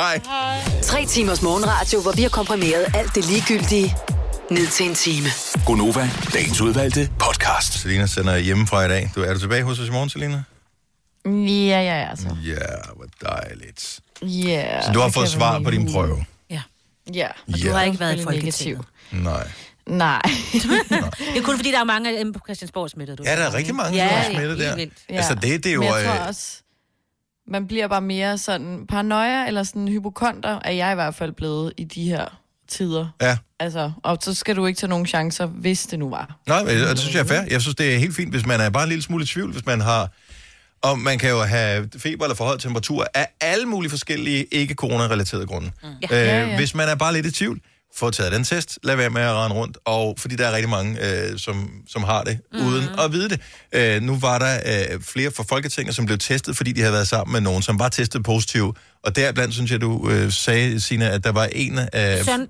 Speaker 1: Hej.
Speaker 5: Tre timers morgenradio, hvor vi har komprimeret alt det ligegyldige ned til en time.
Speaker 1: Gonova, dagens udvalgte podcast. Selina sender hjemmefra i dag. Du, er du tilbage hos os i morgen, Selina?
Speaker 4: Ja, ja, ja. Så.
Speaker 1: Ja, yeah, hvor dejligt.
Speaker 4: Yeah,
Speaker 1: Så du har fået svar på din prøve?
Speaker 4: Ja.
Speaker 1: Og du Ja. har ikke
Speaker 3: været i
Speaker 4: Selvfølgelig
Speaker 3: Folketinget.
Speaker 4: negativ.
Speaker 1: Nej.
Speaker 4: Nej.
Speaker 3: Det er kun fordi, der er mange inde på Christiansborg smittet. Du.
Speaker 1: Ja, der er rigtig mange,
Speaker 3: ja,
Speaker 1: der er smittet
Speaker 3: helt
Speaker 1: der.
Speaker 3: vildt.
Speaker 1: Ja. Altså, det- det er jo,
Speaker 4: Men jeg tror
Speaker 1: øh,
Speaker 4: også, man bliver bare mere sådan paranoia eller sådan hypokonter, er jeg i hvert fald blevet i de her tider.
Speaker 1: Ja.
Speaker 4: Altså, og så skal du ikke tage nogen chancer, hvis det nu var.
Speaker 1: Nej, men det synes jeg er fair. Jeg synes, det er helt fint, hvis man er bare en lille smule i tvivl, hvis man har... Og man kan jo have feber eller forhøjet temperatur af alle mulige forskellige ikke-corona-relaterede grunde. Mm.
Speaker 10: Ja, ja,
Speaker 1: Øh,
Speaker 10: ja.
Speaker 1: Hvis man er bare lidt i tvivl, få taget den test, lad være med at rende rundt, og fordi der er rigtig mange, øh, som, som har det, mm. uden at vide det. Øh, nu var der øh, flere fra Folketinget, som blev testet, fordi de havde været sammen med nogen, som var testet positiv, og deriblandt synes jeg, du øh, sagde, Sina, at der var en af...
Speaker 3: Søren,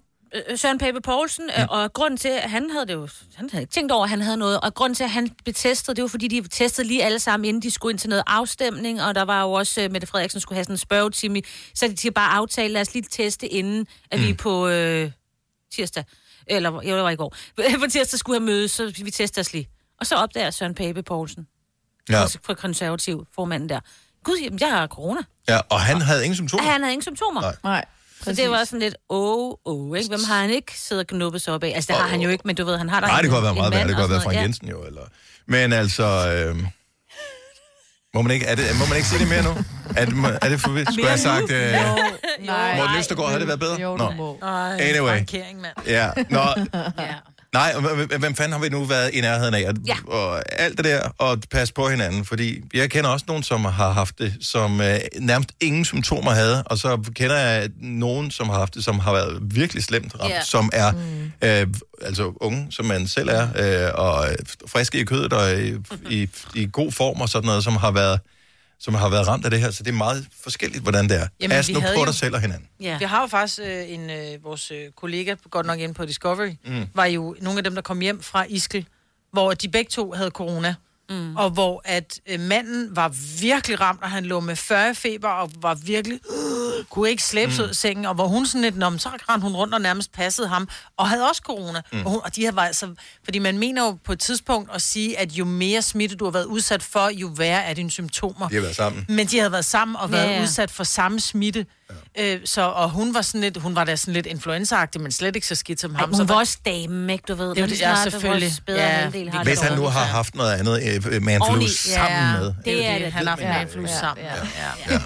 Speaker 3: øh, Søren Pape Poulsen, øh, og grunden til, at han havde det jo, han havde ikke tænkt over, at han havde noget, og grunden til, at han blev testet, det var fordi, de testede lige alle sammen, inden de skulle ind til noget afstemning, og der var jo også, øh, Mette Frederiksen skulle have sådan en spørgetime, i- så de siger bare aftale, lad os lige teste, inden at vi
Speaker 16: Mm.
Speaker 3: på øh, tirsdag, eller jo, det var i går, (laughs) på tirsdag skulle have møde, så vi tester os lige. Og så opdager Søren Pape Poulsen,
Speaker 1: Ja,
Speaker 3: fra konservativ formanden der, Gud, jamen, jeg har corona.
Speaker 1: ja, og han havde ingen symptomer.
Speaker 3: Ja, han havde ingen symptomer.
Speaker 1: Nej.
Speaker 4: Nej.
Speaker 3: Så det var sådan lidt, åh, oh, oh, ikke? Hvem har han ikke siddet og knuppet sig op af? Altså, det har han jo ikke, men du ved, han har da
Speaker 1: Nej, det
Speaker 3: en-
Speaker 1: kunne have været
Speaker 3: en
Speaker 1: meget værre.
Speaker 3: mand
Speaker 1: Det kunne
Speaker 3: og
Speaker 1: have været
Speaker 3: sådan
Speaker 1: Frank
Speaker 3: noget.
Speaker 1: Jensen jo, eller... Men altså... Øh, må, man ikke, er det, må man ikke sige det mere nu? Er det, er det for vildt? Skulle jeg have sagt... Øh,
Speaker 2: Jo, nej.
Speaker 1: Morten Østergaard, havde det været bedre?
Speaker 2: Jo,
Speaker 1: Nå.
Speaker 2: du må. Ej,
Speaker 1: Anyway.
Speaker 2: frankering, mand.
Speaker 1: Ja, nå.
Speaker 2: (laughs)
Speaker 1: Nej, og hvem- hvem- hvem fanden har vi nu været i nærheden af? Og,
Speaker 2: Ja.
Speaker 1: og alt det der, og pas på hinanden, fordi jeg kender også nogen, som har haft det, som øh, nærmest ingen symptomer havde, og så kender jeg nogen, som har haft det, som har været virkelig slemt ramt,
Speaker 10: Ja.
Speaker 1: som er øh, altså unge, som man selv er, øh, og øh, friske i kødet og i,
Speaker 2: Mhm.
Speaker 1: i, i god form og sådan noget, som har været som har været ramt af det her, så det er meget forskelligt, hvordan det er.
Speaker 2: Jamen,
Speaker 1: Jamen, As
Speaker 2: vi
Speaker 1: nu
Speaker 2: havde
Speaker 1: på
Speaker 2: jo-
Speaker 1: dig selv og hinanden.
Speaker 2: Ja. Vi har jo faktisk øh, en, øh, vores øh, kollega, godt nok inde på Discovery,
Speaker 1: Mm.
Speaker 2: mm. var jo nogle af dem, der kom hjem fra Iskel, hvor de begge to havde corona. Mm. Og hvor at øh, manden var virkelig ramt, og han lå med 40 feber, og var virkelig, øh, kunne ikke slæbe sig
Speaker 16: Mm.
Speaker 2: ud af sengen, og hvor hun sådan lidt, "Nå, men så rendte hun rundt og nærmest passede ham, og havde også corona.
Speaker 16: Mm.
Speaker 2: Mm. Og, hun, og de her var altså, fordi man mener jo på et tidspunkt at sige, at jo mere smitte du har været udsat for, jo værre er dine symptomer.
Speaker 1: De har været sammen.
Speaker 2: Men de havde været sammen og været
Speaker 16: Ja, ja.
Speaker 2: ja. udsat for samme smitte. Ja. Øh, så, og hun var, sådan lidt, hun var da sådan lidt influenza men slet ikke så skidt som ham.
Speaker 3: hun
Speaker 2: så
Speaker 3: var også dame, ikke? Du ved,
Speaker 2: Det er jo
Speaker 3: lige
Speaker 2: det,
Speaker 3: snart
Speaker 2: ja,
Speaker 3: vores
Speaker 2: selvfølgelig.
Speaker 3: bedre halvdel har
Speaker 1: Hvis han nu har haft noget andet øh, med
Speaker 2: Oveni,
Speaker 1: en sammen
Speaker 2: ja.
Speaker 1: med.
Speaker 2: Det er det,
Speaker 3: da
Speaker 2: han har haft
Speaker 3: det.
Speaker 2: en influenza sammen. Ja, ja.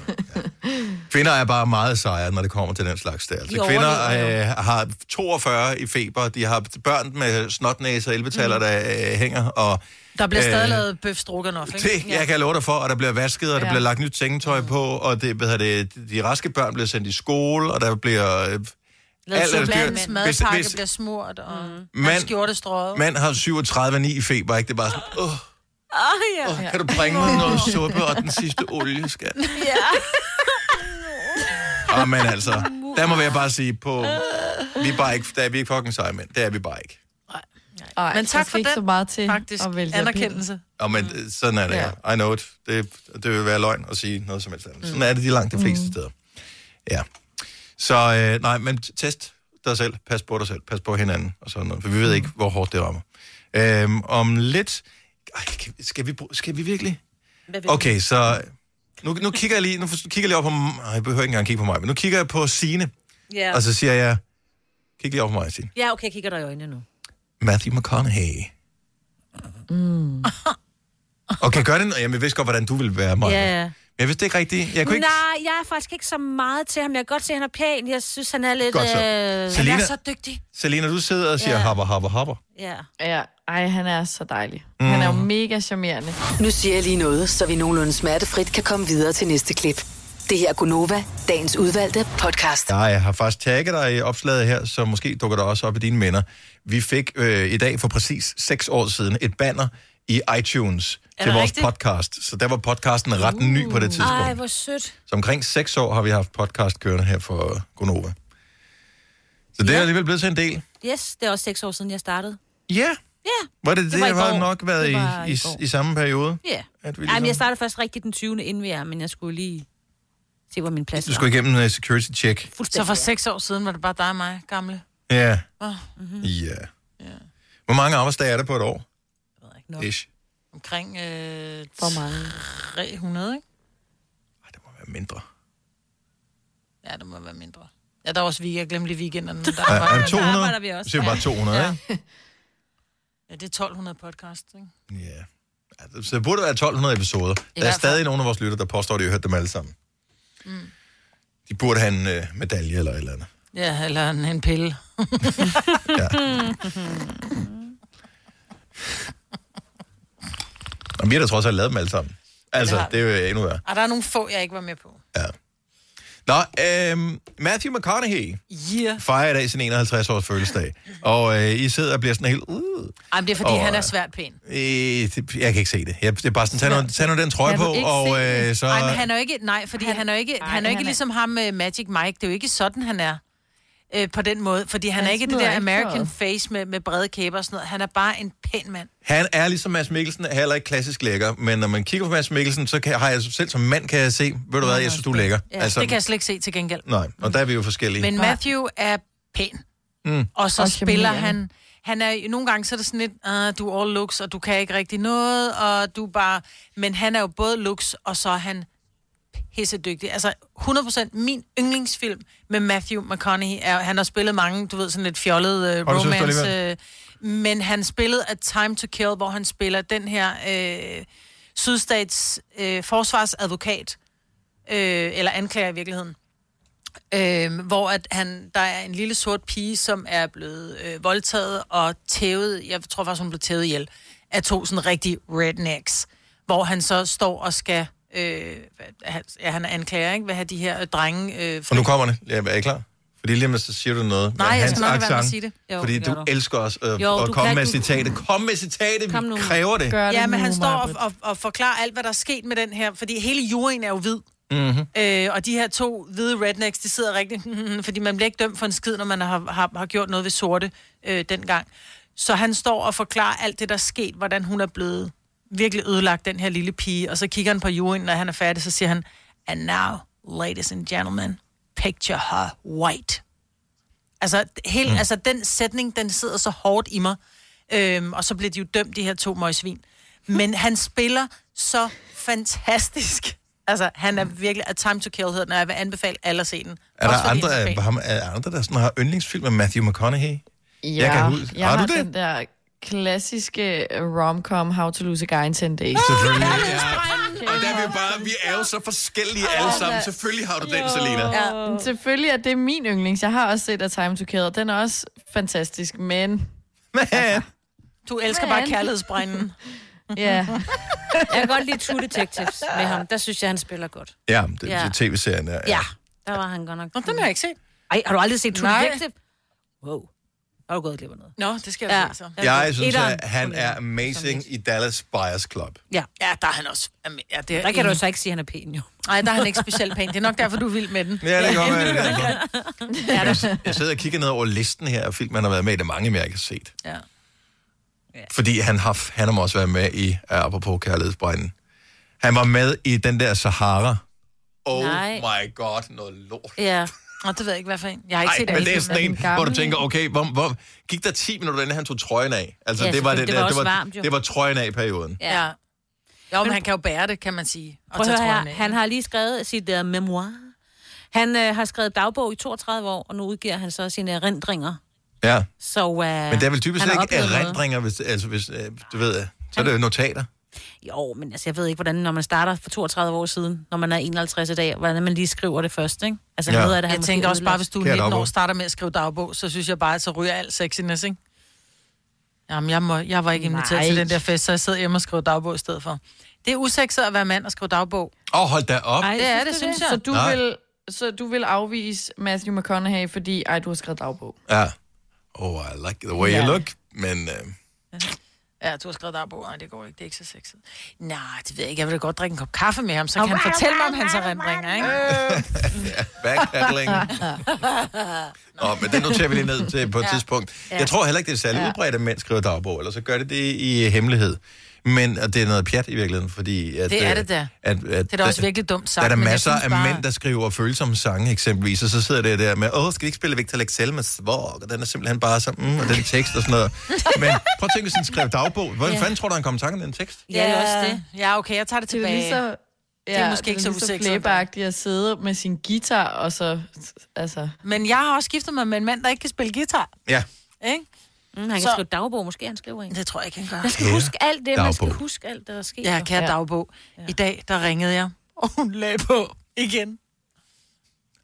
Speaker 1: Kvinder er bare meget sejre, når det kommer til den slags der. Altså,
Speaker 2: De
Speaker 1: kvinder
Speaker 2: overlever
Speaker 1: øh, har 42 i feber, de har børn med snotnæse og elbetaler, mm. der øh, hænger. Og,
Speaker 2: Der bliver stadig
Speaker 1: øh,
Speaker 2: lavet bøf stroganoff, ikke?
Speaker 1: Det, jeg kan love dig for, og der bliver vasket, og der
Speaker 2: Ja. Mm.
Speaker 1: bliver lagt nyt sengetøj på, og det, hvad hedder det, de raske børn bliver sendt i skole, og der bliver... Øh, alt er dyrt.
Speaker 2: Landets
Speaker 1: Hvis-
Speaker 2: madpakke
Speaker 1: hvis-
Speaker 2: bliver smurt, og
Speaker 1: Mand-
Speaker 2: hans skjorte strøget.
Speaker 1: Mand har 37,9 i feber, ikke? Det er bare sådan, åh,
Speaker 2: Oh, ja.
Speaker 1: oh, kan du bringe
Speaker 2: (laughs)
Speaker 1: mig (laughs) noget suppe og den sidste olie, skat?
Speaker 2: Ja.
Speaker 1: Åh, men altså, der må jeg bare sige på... Vi er bare ikke, der er vi ikke fucking seje mænd. Det er vi bare ikke.
Speaker 4: Ej,
Speaker 2: Men tak
Speaker 4: der skal
Speaker 2: for
Speaker 4: ikke
Speaker 2: den,
Speaker 4: så meget til
Speaker 2: faktisk,
Speaker 4: at vælge
Speaker 2: anerkendelse.
Speaker 1: Og men øh, sådan er det. Ja. I know it. Det, det vil være løgn at sige noget som helst andet. Sådan er det de langt de fleste steder. Ja. Så øh, nej, men t- test dig selv. Pas på dig selv. Pas på hinanden og sådan noget. For vi ved ikke, hvor hårdt det rammer. Øhm, om lidt... Ej, kan- skal, vi, bruge- skal vi virkelig? Okay, så... Nu, nu kigger jeg lige, nu for- kigger jeg lige op på... Ej, jeg behøver ikke engang kigge på mig, men nu kigger jeg på Sine,
Speaker 3: Ja.
Speaker 1: ja. og så siger jeg... Kig lige op på mig, Sine.
Speaker 3: Ja, okay, jeg kigger dig i øjnene nu.
Speaker 1: Matthew McConaughey.
Speaker 3: Mm.
Speaker 1: Okay, gør det. Jamen, jeg vidste godt, hvordan du ville være, Maja.
Speaker 3: Ja, ja.
Speaker 1: Men jeg vidste ikke rigtigt. Jeg kunne ikke...
Speaker 3: Nej, jeg er faktisk ikke så meget til ham. Jeg kan godt se, at han er pæn. Jeg synes, han er lidt... øh,
Speaker 1: Godt så. Selina-
Speaker 3: Han er så dygtig.
Speaker 1: Selina, du sidder og siger
Speaker 4: Ja.
Speaker 1: yeah. hopper, hopper, hopper.
Speaker 3: Ja.
Speaker 4: Ja, ej, han er så dejlig. Mm. Han er jo mega charmerende.
Speaker 5: Nu siger jeg lige noget, så vi nogenlunde smertefrit kan komme videre til næste klip. Det her er Gunova, dagens udvalgte podcast.
Speaker 1: Ja, jeg har faktisk tagget dig i opslaget her, så måske dukker der også op i dine minder. Vi fik øh, i dag for præcis 6 år siden et banner i iTunes
Speaker 3: Er
Speaker 1: til
Speaker 3: det
Speaker 1: vores
Speaker 3: rigtigt? Uh.
Speaker 1: podcast. Så der var podcasten ret ny på det tidspunkt.
Speaker 3: Ej, hvor sødt.
Speaker 1: Så omkring 6 år har vi haft podcast kørende her for Gonova. Så det er alligevel blevet til en del.
Speaker 3: Yes, det er også seks år siden, jeg startede.
Speaker 1: Ja.
Speaker 3: Ja.
Speaker 1: Var det det,
Speaker 3: var i
Speaker 1: det har
Speaker 3: går.
Speaker 1: nok været
Speaker 3: Det
Speaker 1: i,
Speaker 3: var i
Speaker 1: i,
Speaker 3: går.
Speaker 1: i, samme periode?
Speaker 3: Ja.
Speaker 1: At vi
Speaker 3: Ej, men
Speaker 1: ligesom-
Speaker 3: jeg startede først rigtig den 20. inden vi er, men jeg skulle lige se, hvor min plads
Speaker 1: Du skulle igennem en security check.
Speaker 2: Så for seks år siden var det bare dig og mig, gamle.
Speaker 1: Ja.
Speaker 2: Oh,
Speaker 1: Ja. Hvor mange arbejdsdage er der på et år? Jeg ved
Speaker 2: ikke nok.
Speaker 1: Ish.
Speaker 2: omkring øh,
Speaker 4: For mange.
Speaker 2: 300, ikke?
Speaker 1: Hvad Mindre.
Speaker 2: Ja, det må være mindre. Ja, der er også weekend. Jeg glemte lige weekenderne. men Der
Speaker 1: Ja,
Speaker 2: arbejder-
Speaker 1: ja, 200?
Speaker 2: der arbejder vi også.
Speaker 1: Så siger vi bare 200,
Speaker 2: ja. ja, det er 1200 podcast, ikke?
Speaker 1: Altså, Så det burde være 1200 episoder. Der er
Speaker 2: hvert
Speaker 1: stadig nogle af vores lytter, der påstår, at de har hørt dem alle sammen.
Speaker 2: Mm.
Speaker 1: De burde have en øh, medalje eller et eller andet.
Speaker 2: Ja, eller en, en pille. (laughs)
Speaker 1: Og vi har da trods alt lavet dem alle sammen. Altså,
Speaker 2: det
Speaker 1: ja,
Speaker 2: har
Speaker 1: det, er jo endnu værre.
Speaker 2: Og der er nogle få, jeg ikke var med på.
Speaker 1: Nå, øhm, Matthew McConaughey
Speaker 2: Yeah.
Speaker 1: fejrer i dag sin 51-års fødselsdag. Og øh, I sidder og bliver sådan helt... Uh,
Speaker 2: Ej, men det er, fordi
Speaker 1: Og,
Speaker 2: oh, han er
Speaker 1: øh,
Speaker 2: svært pæn.
Speaker 1: øh, det, jeg kan ikke se det. Jeg, det er bare sådan, tag nu, tag nu den trøje
Speaker 2: Kan
Speaker 1: på,
Speaker 2: du ikke
Speaker 1: og
Speaker 2: se
Speaker 1: øh,
Speaker 2: det?
Speaker 1: så...
Speaker 2: Ej, men han er jo ikke... Nej, fordi han, han er jo ikke, han er jo ikke
Speaker 3: han er-
Speaker 2: ligesom ham med Magic Mike. Det er jo ikke sådan, han er. Øh, på den måde. Fordi han,
Speaker 3: Han
Speaker 2: er ikke det
Speaker 3: smider
Speaker 2: der
Speaker 3: ikke
Speaker 2: American
Speaker 3: tøjet.
Speaker 2: face med, med brede kæber og sådan noget. Han er bare en pæn mand.
Speaker 1: Han er ligesom Mads Mikkelsen, er heller ikke klassisk lækker, men når man kigger på Mads Mikkelsen, så kan, har jeg selv som mand, kan jeg se, ved du hvad, jeg synes, du er lækker.
Speaker 2: Ja, altså, det kan jeg slet ikke se til gengæld.
Speaker 1: Nej, og der er vi jo forskellige.
Speaker 2: Men Matthew er pæn.
Speaker 1: Mm.
Speaker 2: Og så
Speaker 1: Og
Speaker 2: og spiller
Speaker 1: charmerende.
Speaker 2: han... Han er, nogle gange så er det sådan lidt, uh, du er all looks, og du kan ikke rigtig noget, og du er bare... Men han er jo både looks, og så er han pissedygtig. Altså 100% min yndlingsfilm med Matthew McConaughey. Er, han har spillet mange, du ved, sådan lidt fjollede uh,
Speaker 16: Og du synes, du
Speaker 2: romance...
Speaker 16: alligevel-
Speaker 2: uh, men han spillede A Time to Kill, hvor han spiller den her øh, sydstats øh, forsvarsadvokat, øh, eller anklager i virkeligheden. Øh, hvor at han, der er en lille sort pige, som er blevet øh, voldtaget og tævet, jeg tror faktisk, hun blev tævet ihjel, af to sådan rigtig rednecks, hvor han så står og skal, øh, hvad- han- ja, han er anklager, ikke? Hvad har de her øh, drenge... Øh,
Speaker 1: Og nu kommer det. Ja, er I klar? Fordi lige med, så siger du noget. med
Speaker 2: Nej, jeg
Speaker 1: hans
Speaker 2: skal nok lade være med at
Speaker 1: accent,
Speaker 2: sige det. Jo,
Speaker 1: fordi
Speaker 2: det
Speaker 1: du,
Speaker 2: gør du.
Speaker 1: elsker os øh,
Speaker 2: Jo,
Speaker 1: at
Speaker 2: du
Speaker 1: komme
Speaker 2: kan-
Speaker 1: med
Speaker 2: du-
Speaker 1: citatet. Kom med citatet, vi kræver det.
Speaker 2: ja, men han står og, og, og forklarer alt, hvad der er sket med den her, fordi hele juryen er jo hvid.
Speaker 1: Mm-hmm.
Speaker 2: Øh, og de her to hvide rednecks, de sidder rigtig... (laughs) fordi man bliver ikke dømt for en skid, når man har, har, har gjort noget ved sorte øh, dengang. Så han står og forklarer alt det, der er sket, hvordan hun er blevet virkelig ødelagt, den her lille pige. Og så kigger han på juryen, når han er færdig, så siger han, And now, ladies and gentlemen, picture her white. Altså, hele,
Speaker 16: Mm.
Speaker 2: mm. altså den sætning, den sidder så hårdt i mig. Øhm, og så bliver de jo dømt, de her to møgsvin. Men han spiller så fantastisk. Altså, han er virkelig... A Time to Kill hedder den, og jeg vil anbefale alle at se den.
Speaker 1: Er der
Speaker 2: Også fordi
Speaker 1: andre,
Speaker 2: han er
Speaker 1: er,
Speaker 2: fan.
Speaker 1: ham, er andre, der sådan har yndlingsfilm med Matthew McConaughey?
Speaker 4: Ja,
Speaker 1: jeg kan huske.
Speaker 4: jeg
Speaker 1: har,
Speaker 4: har
Speaker 1: du det?
Speaker 4: den der klassiske øh, rom-com How to Lose a Guy in 10 Days.
Speaker 1: Selvfølgelig. Ja. Og der er vi jo bare, vi er jo så forskellige alle sammen. Selvfølgelig har du den, Selina.
Speaker 4: Ja. men Selvfølgelig er det min yndlings. Jeg har også set A Time to Kill, og den er også fantastisk, men... Altså,
Speaker 1: Men...
Speaker 2: Du elsker bare
Speaker 3: (laughs)
Speaker 2: kærlighedsbrænden.
Speaker 4: ja.
Speaker 3: Jeg kan godt lide True Detectives med ham. Der synes jeg, han spiller godt.
Speaker 1: Ja, det
Speaker 3: Ja.
Speaker 1: er tv-serien der.
Speaker 3: Ja, der var han godt nok.
Speaker 2: Nå, den har jeg ikke set.
Speaker 3: Ej, har du aldrig set True
Speaker 2: Nej.
Speaker 3: Detective? Wow. Har du gået glip af noget?
Speaker 2: Nå, det skal jeg ja. se så.
Speaker 1: Jeg synes, at han er amazing i Dallas Buyers Club.
Speaker 3: Ja.
Speaker 2: ja, der er han også... Jamen, Ja, det er
Speaker 3: Der kan du jo så ikke sige, at han er pæn, jo.
Speaker 2: Nej, der er han ikke specielt pæn. Det er nok derfor, du er vild med den.
Speaker 1: (laughs) Ja, det kan
Speaker 3: (laughs)
Speaker 1: godt være, det er
Speaker 2: Ja, der-
Speaker 1: Jeg sidder og kigger ned over listen her af film, han har været med i. Det er mange mere, jeg kan set.
Speaker 2: Ja.
Speaker 1: Fordi han har, han har må også været med i, uh, apropos kærlighedsbrænden. Han var med i den der Sahara. Oh
Speaker 2: Nej.
Speaker 1: Nej. my god, noget lort.
Speaker 2: Ja. Nå, det ved jeg ikke, hvad for en. Jeg har ikke
Speaker 1: Nej,
Speaker 2: set
Speaker 1: men
Speaker 2: alle
Speaker 1: det er
Speaker 2: filmene.
Speaker 1: sådan en, hvor du tænker, okay, hvor, hvor, gik der 10 minutter, inden han tog trøjen af? Altså,
Speaker 2: Ja,
Speaker 1: det, var
Speaker 2: selvfølgelig.
Speaker 1: det,
Speaker 2: Det
Speaker 1: der,
Speaker 2: var
Speaker 1: det,
Speaker 2: også
Speaker 1: var,
Speaker 2: varmt, jo.
Speaker 1: det var trøjen af i perioden.
Speaker 2: Ja. ja. Jo, men, han kan jo bære det, kan man sige. Og
Speaker 3: Prøv
Speaker 2: tage
Speaker 3: at høre,
Speaker 2: trøjen
Speaker 3: her.
Speaker 2: af.
Speaker 3: han har lige skrevet sit uh, memoir. Han øh, har skrevet dagbog i 32 år, og nu udgiver han så sine erindringer.
Speaker 1: Ja.
Speaker 3: Så, øh,
Speaker 1: Men det er vel typisk
Speaker 3: han har
Speaker 1: ikke
Speaker 3: oplevet noget.
Speaker 1: erindringer, hvis, altså, hvis øh, du ved, øh, så er det jo notater.
Speaker 3: Jo, men altså, jeg ved ikke, hvordan, når man starter for 32 år siden, når man er 51 i dag, hvordan man lige skriver det først, ikke? Altså,
Speaker 1: Ja.
Speaker 3: ja. noget af det,
Speaker 2: Jeg tænker også bare, hvis du er
Speaker 1: Kære
Speaker 2: 19 år
Speaker 1: dagbog.
Speaker 2: og starter med at skrive dagbog, så synes jeg bare, at så ryger alt sexiness, ikke? Jamen, jeg, må, jeg var ikke inviteret
Speaker 3: Nej.
Speaker 2: Nej. til den der fest, så jeg sidder hjemme og skriver dagbog i stedet for. Det er usexet at være mand og skrive dagbog.
Speaker 1: Åh, oh, hold da op.
Speaker 2: Ej, det er det, synes jeg.
Speaker 4: Så du,
Speaker 1: Nej.
Speaker 4: vil, så du vil afvise Matthew McConaughey, fordi ej, du har skrevet dagbog.
Speaker 1: Ja. Oh, I like the way
Speaker 4: Ja.
Speaker 1: you look, men... Øh,
Speaker 2: Ja, du har skrevet dagbog. Nej, det går ikke. Det er ikke så sexet. Nej, det ved jeg ikke. Jeg vil da godt drikke en kop kaffe med ham, så kan han fortælle mig om hans erindringer, ikke?
Speaker 1: Øh, backpedaling. Nå, men det noterer vi lige ned til på et
Speaker 2: Ja.
Speaker 1: ja. tidspunkt.
Speaker 2: Ja.
Speaker 1: Jeg tror heller ikke, det er særlig
Speaker 2: Ja.
Speaker 1: ja. udbredt, at mænd skriver dagbog, eller så gør det det i øh, hemmelighed. Men og det er noget pjat i virkeligheden, fordi... At,
Speaker 2: Det er
Speaker 1: øh,
Speaker 2: det da.
Speaker 1: At, at,
Speaker 2: Det er da også virkelig dumt sagt.
Speaker 1: Der er der
Speaker 2: men jeg
Speaker 1: masser
Speaker 2: synes
Speaker 1: af
Speaker 2: bare-
Speaker 1: bare... mænd, der skriver følsomme sange eksempelvis, og så sidder det der med, åh, skal vi ikke spille Victor Lexel med Svorg, og den er simpelthen bare så, mm, og den tekst og sådan
Speaker 2: (laughs)
Speaker 1: noget. Men prøv at tænke, hvis han skrev dagbog. Hvordan
Speaker 2: Ja.
Speaker 1: fanden tror du, han kom i tanke om den tekst?
Speaker 2: (laughs) Ja, det er også det. Ja, okay, jeg tager det
Speaker 4: Det er
Speaker 2: tilbage.
Speaker 4: lige så-
Speaker 2: det er måske ikke så usexet.
Speaker 4: usædvanligt. at sidde med sin guitar, og så... Altså,
Speaker 2: Men jeg har også giftet mig med en mand, der ikke kan spille guitar.
Speaker 1: Ja.
Speaker 2: Ikke?
Speaker 3: Mm, han kan skrive dagbog, måske han skriver en.
Speaker 2: Det tror jeg ikke, han gør.
Speaker 3: Man skal
Speaker 2: Kære
Speaker 3: huske alt det, man skal
Speaker 2: dagbog.
Speaker 3: huske alt det, der sker.
Speaker 2: Ja, kære dagbog. I dag, der ringede jeg, og hun lagde på igen.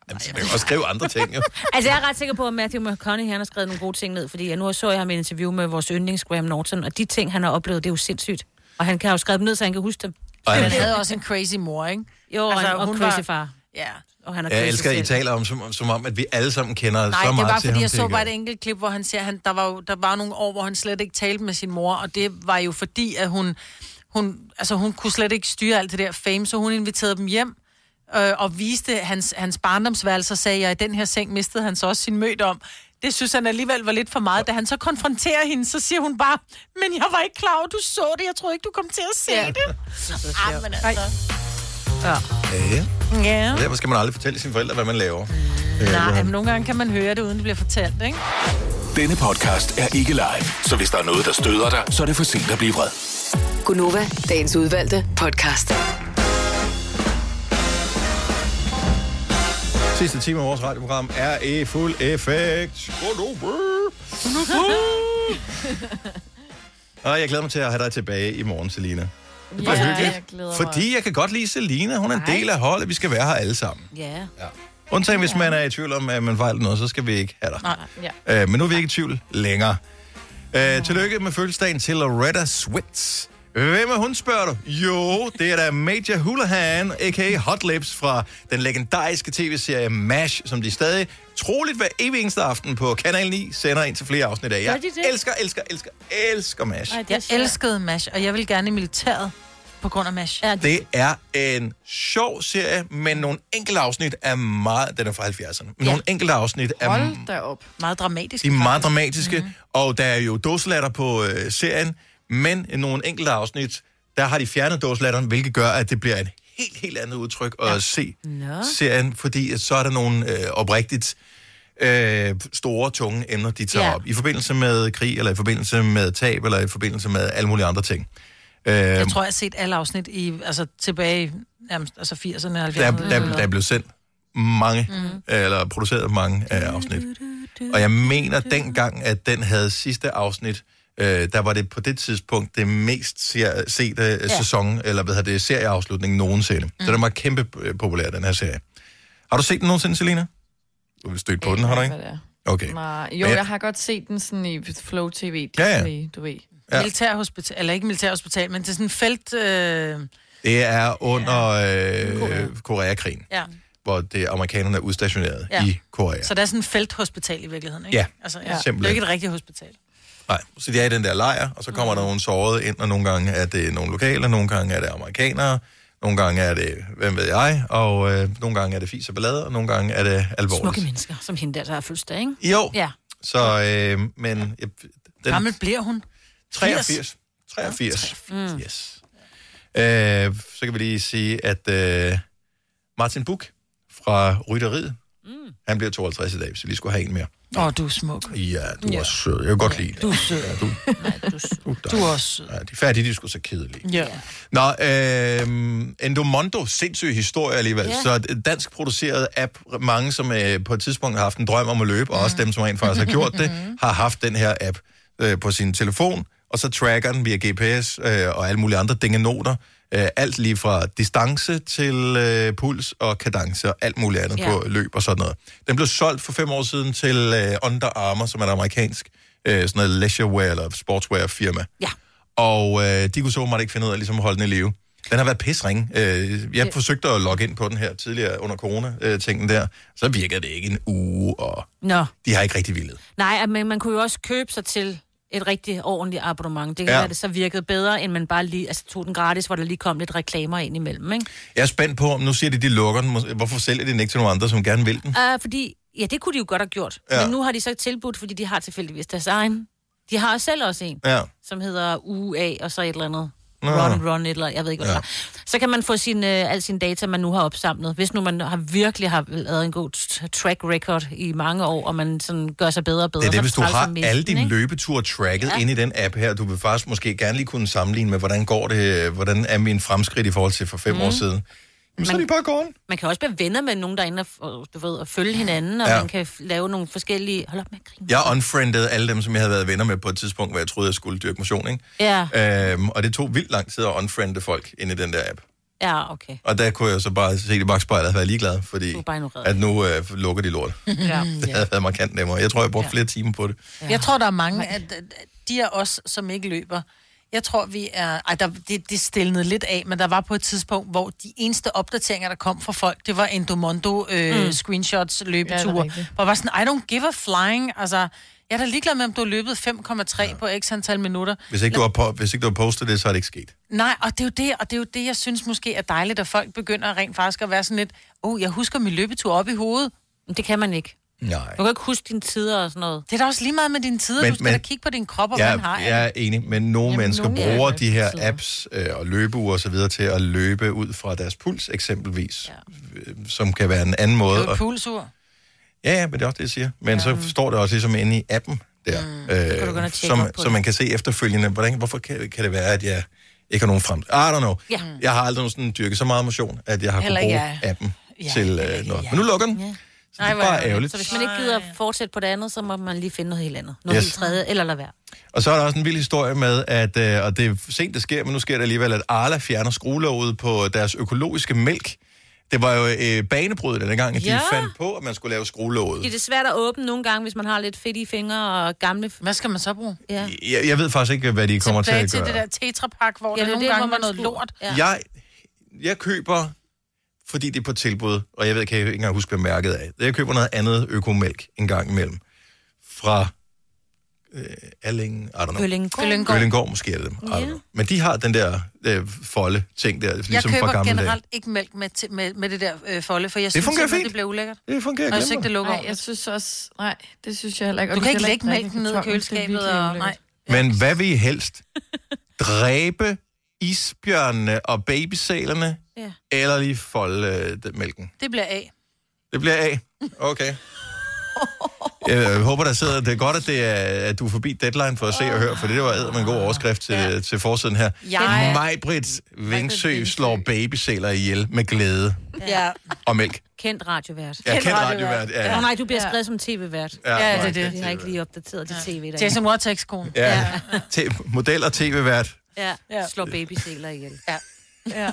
Speaker 1: Jamen, så kan man også skrive andre
Speaker 2: (laughs)
Speaker 1: ting, jo.
Speaker 3: Altså, jeg er ret sikker på, at Matthew McConaughey, han har skrevet nogle gode ting ned, fordi jeg nu så jeg ham i et interview med vores yndlings Graham Norton, og de ting, han har oplevet, det er jo sindssygt. Og han kan jo skrive dem ned, så han kan huske dem.
Speaker 1: Og han-
Speaker 2: Han havde også en crazy mor, ikke? Altså,
Speaker 3: Jo, og en- og crazy far.
Speaker 2: Ja.
Speaker 3: Og han er
Speaker 1: Jeg
Speaker 3: crazy
Speaker 1: elsker, at I
Speaker 3: selv.
Speaker 1: taler om, som, som om, at vi alle sammen kender
Speaker 2: Nej,
Speaker 1: så
Speaker 2: det
Speaker 1: meget
Speaker 2: var
Speaker 1: til
Speaker 2: fordi,
Speaker 1: ham.
Speaker 2: jeg så
Speaker 1: tænker
Speaker 2: bare et enkelt klip, hvor han siger, han, der, var jo, der var nogle år, hvor han slet ikke talte med sin mor, og det var jo fordi, at hun, hun, altså, hun kunne slet ikke styre alt det der fame, så hun inviterede dem hjem øh, og viste hans, hans barndomsværelse og sagde, at i den her seng mistede han så også sin mød om. Det synes han alligevel var lidt for meget. Da han så konfronterer hende, så siger hun bare, men jeg var ikke klar over, du så det. Jeg troede ikke, du kom til at se ja. det. Ah, men altså. Ja.
Speaker 1: Ja.
Speaker 2: ja.
Speaker 1: Derfor skal man aldrig fortælle sine forældre, hvad man laver. Øh,
Speaker 2: Nej, men nogle gange kan man høre det, uden det bliver fortalt, ikke?
Speaker 16: Denne podcast er ikke live, så hvis der er noget, der støder dig, så er det for sent at blive vred.
Speaker 5: Gunova, dagens udvalgte podcast.
Speaker 1: Sidste time af vores radioprogram er i fuld effekt. Godnova. Og jeg glæder mig til at have dig tilbage i morgen, Selina. Det var
Speaker 4: Ja,
Speaker 1: hyggeligt.
Speaker 4: jeg glæder mig
Speaker 1: Fordi jeg kan godt lide Selina. Hun er en
Speaker 4: Nej.
Speaker 1: del af holdet. Vi skal være her alle sammen.
Speaker 3: Ja.
Speaker 1: Undtagen hvis man er i tvivl om, at man fejler noget, så skal vi ikke have dig.
Speaker 4: Ja.
Speaker 1: Øh, men nu er vi ikke i tvivl længere. Øh, tillykke med fødselsdagen til Loretta Switz. Hvem er hun, spørger du? Jo, det er da Major Hulahan, a.k.a. Hot Lips, fra den legendariske tv-serie MASH, som de stadig troligt hver evig eneste aften på Kanal 9 sender ind til flere afsnit af. Jeg
Speaker 2: Gør de det?
Speaker 1: elsker, elsker, elsker, elsker MASH.
Speaker 2: Ej, jeg elskede MASH, og jeg vil gerne i militæret på grund af MASH. Ja,
Speaker 1: Det er en sjov serie, men nogle enkelte afsnit er meget... Den er fra 70'erne. Men nogle enkelte afsnit er
Speaker 4: Hold da op.
Speaker 2: Meget dramatisk.
Speaker 1: De er meget dramatiske, mm-hmm. og der er jo dåselatter på øh, serien, men i nogle enkelte afsnit, der har de fjernet dåselatteren, hvilket gør, at det bliver et helt, helt andet udtryk at ja. se
Speaker 10: Nå.
Speaker 1: serien, fordi at så er der nogle øh, oprigtigt øh, store, tunge emner, de tager
Speaker 10: Ja.
Speaker 1: ja. op. I forbindelse med krig, eller i forbindelse med tab, eller i forbindelse med alle mulige andre ting. Øh,
Speaker 2: Jeg tror, jeg har set alle afsnit i, altså, tilbage i nærmest, altså 80'erne og 70'erne.
Speaker 1: der, der, der blev sendt mange, mm. eller produceret mange øh, afsnit. Og jeg mener dengang, at den havde sidste afsnit, øh, der var det på det tidspunkt det mest ser, sete ja.
Speaker 10: Ja.
Speaker 1: sæson, eller hvad hedder det, serieafslutning nogensinde. Mm. Så den var kæmpe øh, populær, den her serie. Har du set den nogensinde, Selina? Du vil støtte på den, har du ikke?
Speaker 4: Hvad det er.
Speaker 1: Okay.
Speaker 4: Nej,
Speaker 1: Men
Speaker 4: jo,
Speaker 1: jeg-
Speaker 4: jeg har godt set den sådan i Flow TV,
Speaker 1: Ja, ja.
Speaker 4: Disney, du ved.
Speaker 1: Ja.
Speaker 2: Militærhospital, eller ikke militærhospital, men det er sådan en felt... Øh,
Speaker 1: Det er under øh, Koreakrigen,
Speaker 2: ja.
Speaker 1: hvor det amerikanerne er udstationeret
Speaker 2: Ja.
Speaker 1: ja. i Korea.
Speaker 2: Så det er sådan et felthospital i virkeligheden, ikke?
Speaker 1: Ja,
Speaker 2: altså, ja.
Speaker 1: simpelthen.
Speaker 2: Det er jo ikke et rigtigt hospital.
Speaker 1: Nej, så de er i den der lejr, og så kommer mm. der nogle sårede ind, og nogle gange er det nogle lokale, nogle gange er det amerikanere, nogle gange er det, hvem ved jeg, og øh, nogle gange er det fis og ballade, og nogle gange er det alvorligt.
Speaker 3: Smukke mennesker, som hende der, der er fødselsdag, ikke?
Speaker 1: Jo.
Speaker 3: Ja.
Speaker 1: Så, øh, men... Jeg, den,
Speaker 2: Gammel bliver hun?
Speaker 1: 83. 83. Mm. Yes. Øh, så kan vi lige sige, at øh, Martin Buch fra Rytteriet, mm. han bliver 52 i dag, hvis vi lige skulle have en mere.
Speaker 2: Åh, du er smuk.
Speaker 1: Ja, du er sød. Jeg kan godt lide det.
Speaker 2: Du er sød. Ja,
Speaker 1: du...
Speaker 2: Nej, du, du er også sød.
Speaker 1: Ja, de fattige, de skulle så kedelige.
Speaker 2: Ja.
Speaker 1: Nå, øh, Endomondo, sindssyg historie alligevel.
Speaker 10: Ja.
Speaker 1: Yeah. Så et dansk produceret app, mange som øh, på et tidspunkt har haft en drøm om at løbe, og også dem, som rent faktisk har gjort det,
Speaker 10: Mhm.
Speaker 1: har haft den her app øh, på sin telefon, og så tracker den via GPS øh, og alle mulige andre dingenoter. Øh, alt lige fra distance til øh, puls og kadence og alt muligt andet
Speaker 10: Ja.
Speaker 1: yeah. på løb og sådan noget. Den blev solgt for fem år siden til øh, Under Armour, som er et amerikansk øh, sådan noget leisureware eller sportswear firma.
Speaker 3: Ja.
Speaker 1: Og øh, de kunne så åbenbart ikke finde ud af ligesom at holde den i live. Den har været pisring. Øh, jeg
Speaker 10: Det-
Speaker 1: forsøgte at logge ind på den her tidligere under corona-tingen der. Så virkede det ikke en uge, og
Speaker 3: Nå.
Speaker 1: de har ikke rigtig villet.
Speaker 3: Nej, men man kunne jo også købe sig til et rigtig ordentligt abonnement. Det kan
Speaker 1: Ja.
Speaker 3: ja. være, det så virkede bedre, end man bare lige altså, tog den gratis, hvor der lige kom lidt reklamer ind imellem, ikke?
Speaker 1: Jeg er spændt på, om nu siger de, de lukker den. Mås- Hvorfor sælger de den ikke til nogen andre, som gerne vil den?
Speaker 3: Uh, fordi, ja, det kunne de jo godt have gjort.
Speaker 1: Mm. Ja.
Speaker 3: Ja. Men nu har de så tilbudt, fordi de har tilfældigvis deres egen. De har selv også en,
Speaker 1: Ja.
Speaker 3: som hedder UA og så et eller andet.
Speaker 1: Nå.
Speaker 3: Run, run, et eller andet. jeg ved ikke, hvad ja. det var. Så kan man få sin, uh, al sin data, man nu har opsamlet. Hvis nu man har virkelig har lavet en god t- track record i mange år, og man sådan gør sig bedre og bedre.
Speaker 1: Det er det,
Speaker 3: så
Speaker 1: hvis du
Speaker 3: træls at
Speaker 1: har
Speaker 3: miste
Speaker 1: alle
Speaker 3: den,
Speaker 1: dine
Speaker 3: ikke?
Speaker 1: løbeture tracket ja.
Speaker 3: Ja.
Speaker 1: ind i den app her. Du vil faktisk måske gerne lige kunne sammenligne med, hvordan går det, hvordan er min fremskridt i forhold til for
Speaker 3: Mhm.
Speaker 1: fem mm. år siden. Jamen, så er de bare gården.
Speaker 3: Man kan også blive venner med nogen, der er inde og, og, du ved, og følge hinanden, og
Speaker 1: Ja.
Speaker 3: ja. man kan f- lave nogle forskellige... Hold op med at grine.
Speaker 1: Jeg unfriendede alle dem, som jeg havde været venner med på et tidspunkt, hvor jeg troede, jeg skulle dyrke motion, ikke?
Speaker 3: Ja.
Speaker 1: Øhm, og det tog vildt lang tid at unfriende folk ind i den der app.
Speaker 3: Ja, okay.
Speaker 1: Og der kunne jeg så bare se det i bagspejlet og være ligeglad, fordi
Speaker 3: Du er bare ignoreret.
Speaker 1: at nu øh, lukker de lort.
Speaker 2: Ja.
Speaker 1: (laughs) Det havde været markant nemmere. Jeg tror, jeg brugte flere timer på det.
Speaker 2: Jeg tror, der er mange af d- de af os, som ikke løber. Jeg tror, vi er... Ej, der, det, det stillede lidt af, men der var på et tidspunkt, hvor de eneste opdateringer, der kom fra folk, det var Endomondo øh,
Speaker 3: Mm.
Speaker 2: mm. screenshots
Speaker 3: Ja, det er
Speaker 2: løbeture.
Speaker 3: rigtigt.
Speaker 2: Ja, hvor jeg var sådan, I don't give a flying. Altså, jeg er da ligeglad med, om du har løbet 5,3 ja. på x antal minutter.
Speaker 1: Hvis ikke, du har po- hvis ikke du har postet det, så er det ikke sket.
Speaker 2: Nej, og det er jo det, og det er jo det, jeg synes måske er dejligt, at folk begynder rent faktisk at være sådan lidt, oh, jeg husker min løbetur op i hovedet.
Speaker 3: Men det kan man ikke.
Speaker 1: Nej.
Speaker 3: Du kan ikke huske dine tider og sådan noget.
Speaker 2: Det er da også lige meget med dine tider.
Speaker 1: Men-
Speaker 2: du skal
Speaker 1: men-
Speaker 2: da kigge på din krop, og ja,
Speaker 1: Jeg,
Speaker 2: man har.
Speaker 1: jeg er enig, men nogle
Speaker 2: Jamen,
Speaker 1: mennesker
Speaker 2: nogle er
Speaker 1: bruger
Speaker 2: det,
Speaker 1: de her
Speaker 2: så.
Speaker 1: apps øh, og løbeure og så videre til at løbe ud fra deres puls eksempelvis, ja. som kan være en anden
Speaker 2: Det
Speaker 1: måde.
Speaker 2: er jo et
Speaker 1: at-
Speaker 2: pulsur.
Speaker 1: Ja, ja, men det er også det, jeg siger. Men ja. så står det også ligesom inde i appen der,
Speaker 2: kan du gå ind
Speaker 1: mm, øh,
Speaker 2: og tjekke
Speaker 1: som,
Speaker 2: op på
Speaker 1: som man kan se efterfølgende, hvordan, hvorfor kan, kan det være, at jeg ikke har nogen frem... I don't know.
Speaker 2: Ja.
Speaker 1: Jeg har aldrig sådan dyrket så meget motion, at jeg har
Speaker 2: Heller
Speaker 1: kunnet
Speaker 2: ikke
Speaker 1: bruge
Speaker 2: jeg.
Speaker 1: appen ja, til øh, noget. Men nu lukker den. Ja. Så det
Speaker 3: Nej,
Speaker 1: er
Speaker 3: hvor
Speaker 1: bare
Speaker 3: ærgerligt.
Speaker 1: ærgerligt.
Speaker 3: Så hvis man ikke gider fortsætte på det andet, så må man lige finde noget helt andet. Noget
Speaker 1: Yes.
Speaker 3: yes. helt tredje, eller lade være.
Speaker 1: Og så er der også en vild historie med, at, øh, og det er sent, det sker, men nu sker det alligevel, at Arla fjerner skruelåget på deres økologiske mælk. Det var jo øh, banebrydende dengang, at ja.
Speaker 3: Ja.
Speaker 1: de fandt på, at man skulle lave skruelåget.
Speaker 3: Det er det svært at åbne nogle gange, hvis man har lidt fedtige fingre og gamle...
Speaker 2: Hvad skal man så bruge?
Speaker 3: Ja.
Speaker 1: Jeg, jeg ved faktisk ikke, hvad de kommer til
Speaker 2: Tilbage
Speaker 1: at
Speaker 2: til
Speaker 1: gøre.
Speaker 2: det der tetrapak, hvor
Speaker 3: Ja,
Speaker 2: ja,
Speaker 3: det
Speaker 2: der
Speaker 3: er
Speaker 2: nogle
Speaker 3: det, hvor
Speaker 2: gange var
Speaker 3: man
Speaker 2: noget
Speaker 3: skulle-
Speaker 2: lort.
Speaker 3: Ja.
Speaker 1: Jeg, jeg køber, fordi det er på tilbud, og jeg ved, kan jeg ikke engang huske, hvad mærket af. Jeg køber noget andet økomælk en gang imellem. Fra øh, Alling, I don't know.
Speaker 2: Gøllinggaard. Gøllinggaard.
Speaker 1: Gøllinggaard måske er det dem, I don't
Speaker 2: Ja.
Speaker 1: know. Men de har den der øh, folde ting der,
Speaker 2: Jeg
Speaker 1: ligesom fra
Speaker 2: køber
Speaker 1: gamle
Speaker 2: generelt
Speaker 1: dage.
Speaker 2: ikke mælk med, til- med, med det der øh, folde, for jeg
Speaker 1: Det
Speaker 2: synes
Speaker 1: fungerer
Speaker 2: simpelthen,
Speaker 1: fint.
Speaker 2: det bliver ulækkert.
Speaker 1: Det fungerer,
Speaker 2: Og jeg synes ikke, det lukker
Speaker 4: Nej, jeg
Speaker 2: ordentligt.
Speaker 4: synes også... Nej, det synes jeg heller ikke.
Speaker 2: Du
Speaker 4: Og
Speaker 2: kan
Speaker 4: vi
Speaker 2: ikke
Speaker 4: heller
Speaker 2: lægge
Speaker 4: drikke
Speaker 2: mælken ned i
Speaker 4: kartoflen, det er
Speaker 2: køleskabet,
Speaker 4: virkelig
Speaker 2: og-
Speaker 4: ulækkert.
Speaker 1: Men hvad vil I helst? (laughs) Dræbe isbjørnene og babysalerne,
Speaker 2: Ja.
Speaker 1: eller lige folde øh, den- mælken?
Speaker 2: Det bliver af.
Speaker 1: Det bliver A. Okay. Jeg håber, der sidder... Det er godt, at, det er, at du er forbi deadline for at se og høre, for det var med en god overskrift til, ja. til forsiden her.
Speaker 2: Jeg-
Speaker 1: Majbrit Vingsø slår babysæler ihjel med glæde
Speaker 3: Ja.
Speaker 1: og mælk.
Speaker 3: Kendt radiovært.
Speaker 1: Ja, kendt radiovært, ja.
Speaker 3: Åh, nej, du bliver skrevet som tv-vært.
Speaker 1: Ja, Ja, nej, det er det.
Speaker 3: Jeg har ikke lige opdateret det tv i dag.
Speaker 2: Jason Watex kone.
Speaker 1: Ja. ja. model og tv-vært.
Speaker 3: Ja, ja. slår babyseler ihjel.
Speaker 2: Ja. (laughs) ja.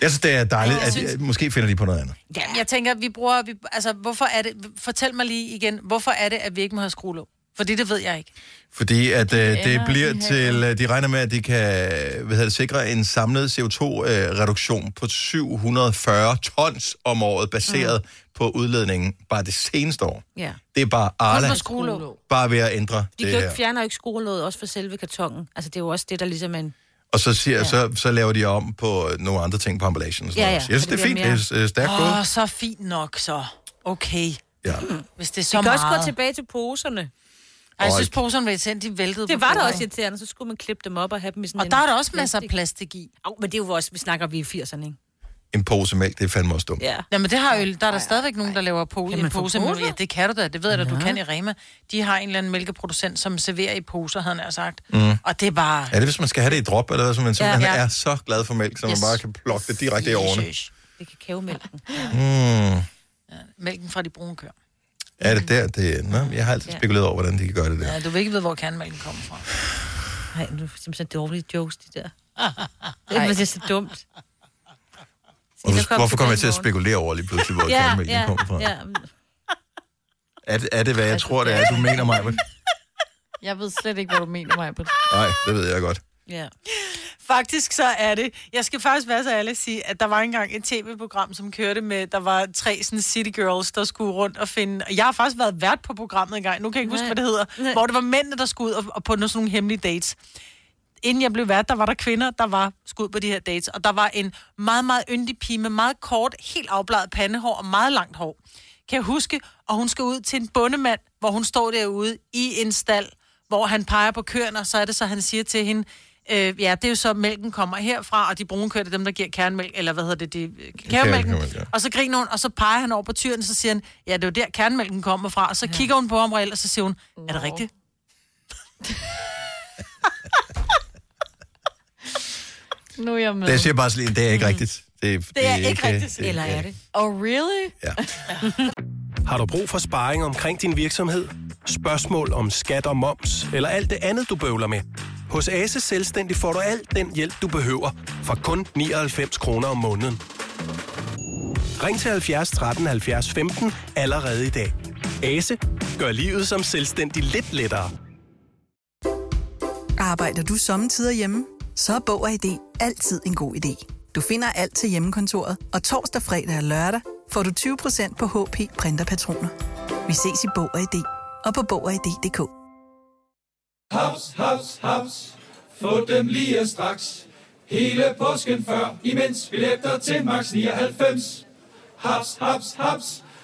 Speaker 1: Jeg synes, det er dejligt,
Speaker 2: Jeg
Speaker 1: at
Speaker 2: synes-
Speaker 1: jeg, måske finder de på noget andet.
Speaker 2: Jamen, jeg tænker, vi bruger... Vi, altså, hvorfor er det... Fortæl mig lige igen, hvorfor er det, at vi ikke må have skruelåg? Fordi det ved jeg ikke.
Speaker 1: Fordi at øh, det
Speaker 2: ender
Speaker 1: bliver
Speaker 2: i
Speaker 1: til, øh, de regner med, at de kan hvad hedder det, sikre en samlet CO2-reduktion øh, på 740 tons om året, baseret mm. på udledningen bare det seneste år.
Speaker 3: Ja.
Speaker 1: Det er bare Arla,
Speaker 3: på skruelåg.
Speaker 1: bare ved at ændre
Speaker 3: De
Speaker 1: det
Speaker 3: kan jo
Speaker 1: her.
Speaker 3: ikke fjerner jo ikke skruelåget også for selve kartongen. Altså, det er jo også det, der ligesom er en...
Speaker 1: Og så, siger,
Speaker 3: Ja.
Speaker 1: ja. så, så laver de om på nogle andre ting på emballagen. Og sådan
Speaker 3: Ja,
Speaker 1: noget.
Speaker 3: ja,
Speaker 1: Så Jeg synes,
Speaker 3: så
Speaker 1: det
Speaker 3: det
Speaker 1: er fint.
Speaker 3: bliver
Speaker 1: Det er øh, stærkt gået.
Speaker 2: Åh, så fint nok, så. Okay.
Speaker 1: Ja.
Speaker 2: Hvis det er
Speaker 3: Vi
Speaker 2: så
Speaker 3: kan
Speaker 2: meget.
Speaker 3: også gå tilbage til poserne.
Speaker 2: Ej, jeg synes, poserne var sendt, de væltede på
Speaker 3: Det var da
Speaker 2: bordet.
Speaker 3: også irriterende, så skulle man klippe dem op og have dem i sådan
Speaker 2: Og
Speaker 3: en
Speaker 2: der er der også masser af
Speaker 3: plastik i. Au, men det er jo også, vi snakker vi er i 80'erne, ikke?
Speaker 1: En pose mælk, det er fandme også dumt.
Speaker 3: Ja.
Speaker 2: Jamen, det har jo, der er der stadigvæk nogen, der laver pose,
Speaker 3: Kan man
Speaker 2: en
Speaker 3: få
Speaker 2: pose. med-
Speaker 3: poser?
Speaker 2: Ja, det kan du da. Det ved jeg da, du kan i Rema. De har en eller anden mælkeproducent, som serverer i poser, havde han nær sagt.
Speaker 1: Mm.
Speaker 2: Og det er bare...
Speaker 1: Er det, hvis man skal have det i drop, eller hvad? Så man simpelthen
Speaker 2: Ja.
Speaker 1: ja, ja. er så glad for mælk, så man
Speaker 2: Yes.
Speaker 1: bare kan plukke det direkte i årene.
Speaker 3: Det kan kævemælken.
Speaker 1: Mm.
Speaker 2: Mælken fra de brune køer.
Speaker 1: Er det der? Det, nå, jeg har altid
Speaker 2: Ja.
Speaker 1: spekuleret over, hvordan de kan gøre det der.
Speaker 2: Ja, du vil ikke vide, hvor kernemælken kommer fra.
Speaker 3: Nej, nu er det simpelthen dårlige jokes, de (laughs) der.
Speaker 2: Ej.
Speaker 3: Det er så dumt.
Speaker 1: Hvorfor,
Speaker 3: kom tilbage
Speaker 1: hvorfor kommer jeg
Speaker 3: i
Speaker 1: til at
Speaker 3: morgen.
Speaker 1: spekulere over lige pludselig, hvor ja, kernemælken ja, kommer fra? Ja.
Speaker 3: ja.
Speaker 1: Er, det, er det, hvad jeg tror, det er, du mener mig?
Speaker 4: Jeg ved slet ikke, hvad du mener, mig på det.
Speaker 1: Nej, det ved jeg godt.
Speaker 3: Ja.
Speaker 2: Faktisk så er det. Jeg skal faktisk være så ærlig at sige, at der var engang et tv-program, som kørte med, der var tre sådan city girls, der skulle rundt og finde... og Jeg har faktisk været vært på programmet engang, nu kan jeg ikke huske,
Speaker 3: Nej.
Speaker 2: hvad det hedder,
Speaker 3: Nej.
Speaker 2: hvor det var mændene, der skulle ud og, og på nogle, sådan nogle hemmelige dates. Inden jeg blev vært, der var der kvinder, der var skudt på de her dates, og der var en meget, meget yndig pige med meget kort, helt afbladet pandehår og meget langt hår. Kan jeg huske, og hun skal ud til en bondemand, hvor hun står derude i en stald, hvor han peger på køerne, og så er det så, han siger til hende, øh, ja, det er jo så, mælken kommer herfra, og de brune køer, det er dem, der giver kernemælk, eller hvad hedder det, de, kakaomælken.
Speaker 1: Kakaomælk, ja.
Speaker 2: Og så griner hun, og så peger han over på tyren, og så siger han, ja, det er jo der, kernemælken kommer fra. Og så ja. kigger hun på ham, Rael, og så siger hun, er det rigtigt?
Speaker 4: Nu er jeg med.
Speaker 1: Det jeg siger bare sådan, det er ikke rigtigt. Det,
Speaker 4: Eller er det? Oh, really?
Speaker 1: Ja.
Speaker 6: Har du brug for sparring omkring din virksomhed? Spørgsmål om skat og moms, eller alt det andet, du bøvler med? Hos Ase Selvstændig får du alt den hjælp, du behøver, for kun 99 kroner om måneden. Ring til 70 13 70 15 allerede i dag. Ase gør livet som selvstændig lidt lettere.
Speaker 15: Arbejder du sommetider hjemme? Så er Bog og ID altid en god idé. Du finder alt til hjemmekontoret, og torsdag, fredag og lørdag får du 20% på HP printerpatroner. Vi ses i Bog og ID og på Bog og ID.dk.
Speaker 10: Haps, haps, haps. Få dem lige straks. Hele påsken før, imens billetter til max 99. Haps, haps, haps.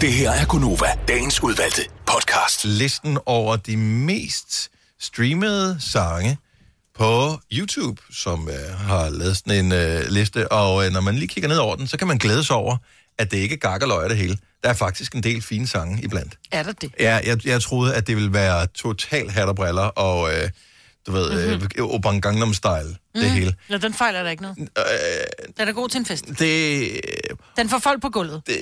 Speaker 16: Det her er Gunova, dagens udvalgte podcast.
Speaker 1: Listen over de mest streamede sange på YouTube, som øh, har lavet sådan en øh, liste. Og øh, når man lige kigger ned over den, så kan man glæde sig over, at det ikke er gak og løg det hele. Der er faktisk en del fine sange iblandt.
Speaker 2: Er der det?
Speaker 1: Ja, jeg, jeg troede, at det ville være total hat og briller, og øh, du ved, mm-hmm. øh, Oban Gangnam Style, mm. det hele.
Speaker 2: Nå, den fejler der ikke noget.
Speaker 1: Øh,
Speaker 2: Den er god til en fest.
Speaker 1: det...
Speaker 2: Den får folk på gulvet.
Speaker 1: Det,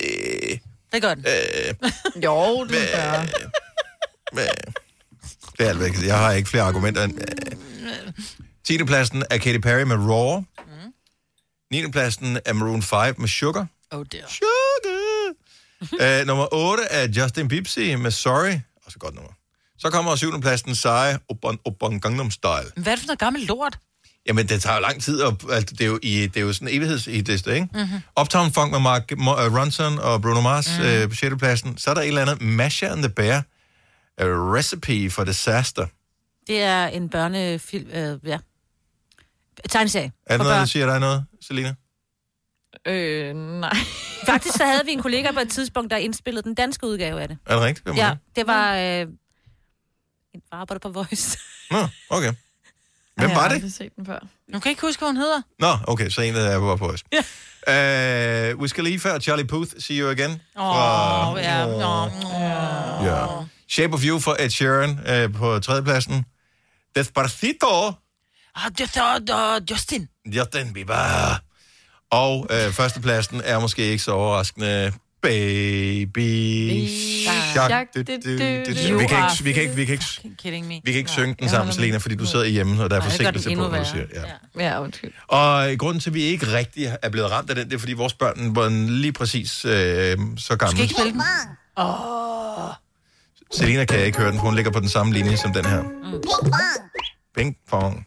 Speaker 2: det gør den.
Speaker 1: Øh,
Speaker 4: (laughs) jo, det gør.
Speaker 1: øh, det er alt væk. Jeg har ikke flere argumenter. end- Øh. 10. pladsen er Katy Perry med Raw. Mm. 9. pladsen er Maroon 5 med Sugar.
Speaker 2: Oh dear.
Speaker 1: Sugar! øh, nummer 8 er Justin Bieber med Sorry. Også et godt nummer. Så kommer 7. pladsen Sai Obon, Obon Gangnam Style.
Speaker 2: Hvad er det for noget gammel lort?
Speaker 1: Jamen, det tager jo lang tid, og altså, det, er jo i, det er jo sådan en evighedsliste, ikke?
Speaker 2: Mm-hmm.
Speaker 1: Uptown Funk med Mark Mo- øh, Ronson og Bruno Mars mm. øh, på 6. pladsen. Så er der et eller andet Masha and the Bear. A recipe for disaster.
Speaker 3: Det er en børnefilm, øh, ja. Tegneserie. for
Speaker 1: Er det noget, der
Speaker 3: børn.
Speaker 1: siger dig noget, Selina?
Speaker 4: Øh, nej.
Speaker 3: (laughs) Faktisk så havde vi en kollega på et tidspunkt, der indspillede den danske udgave af det.
Speaker 1: Er det rigtigt? Hvem er
Speaker 3: Ja,
Speaker 1: det?
Speaker 3: det var øh, en far arbejder på Voice.
Speaker 1: Nå, okay. Hvem var det?
Speaker 4: set den før.
Speaker 2: Nu kan jeg ikke huske, hvad hun hedder.
Speaker 1: Nå, okay, så en, der er på os.
Speaker 2: Ja.
Speaker 1: Uh, Wiz Khalifa og Charlie Puth, see you again.
Speaker 2: Åh,
Speaker 1: Fra-
Speaker 2: oh, ja. Oh,
Speaker 1: Ja. Shape of You for Ed Sheeran øh, på tredjepladsen. Despacito,
Speaker 2: Ah, det er uh, Justin.
Speaker 1: Justin Bieber. Og øh, førstepladsen er måske ikke så overraskende. Baby Shark.
Speaker 2: Shark.
Speaker 1: Du, du, du, du.
Speaker 2: You
Speaker 1: Vi kan
Speaker 2: are
Speaker 1: ikke, vi kan ikke, vi kan ikke,
Speaker 2: Kidding me.
Speaker 1: vi kan ikke synge den
Speaker 2: Jeg
Speaker 1: sammen,
Speaker 2: holder
Speaker 1: Selena,
Speaker 2: med.
Speaker 1: fordi du sidder hjemme, og der er
Speaker 2: Nej, Mm. det gør den
Speaker 1: forsinkelse på,
Speaker 2: endnu
Speaker 1: hvad du siger.
Speaker 2: værre.
Speaker 1: Ja.
Speaker 4: Ja, undskyld.
Speaker 1: Og øh, grunden til, at vi ikke rigtig er blevet ramt af den, det er, fordi vores børn var lige præcis øh, så
Speaker 2: Du skal
Speaker 1: gamle.
Speaker 2: ikke spille den. Åh.
Speaker 1: Selina kan ikke høre den, for hun ligger på den samme linje som den her. Ping pong.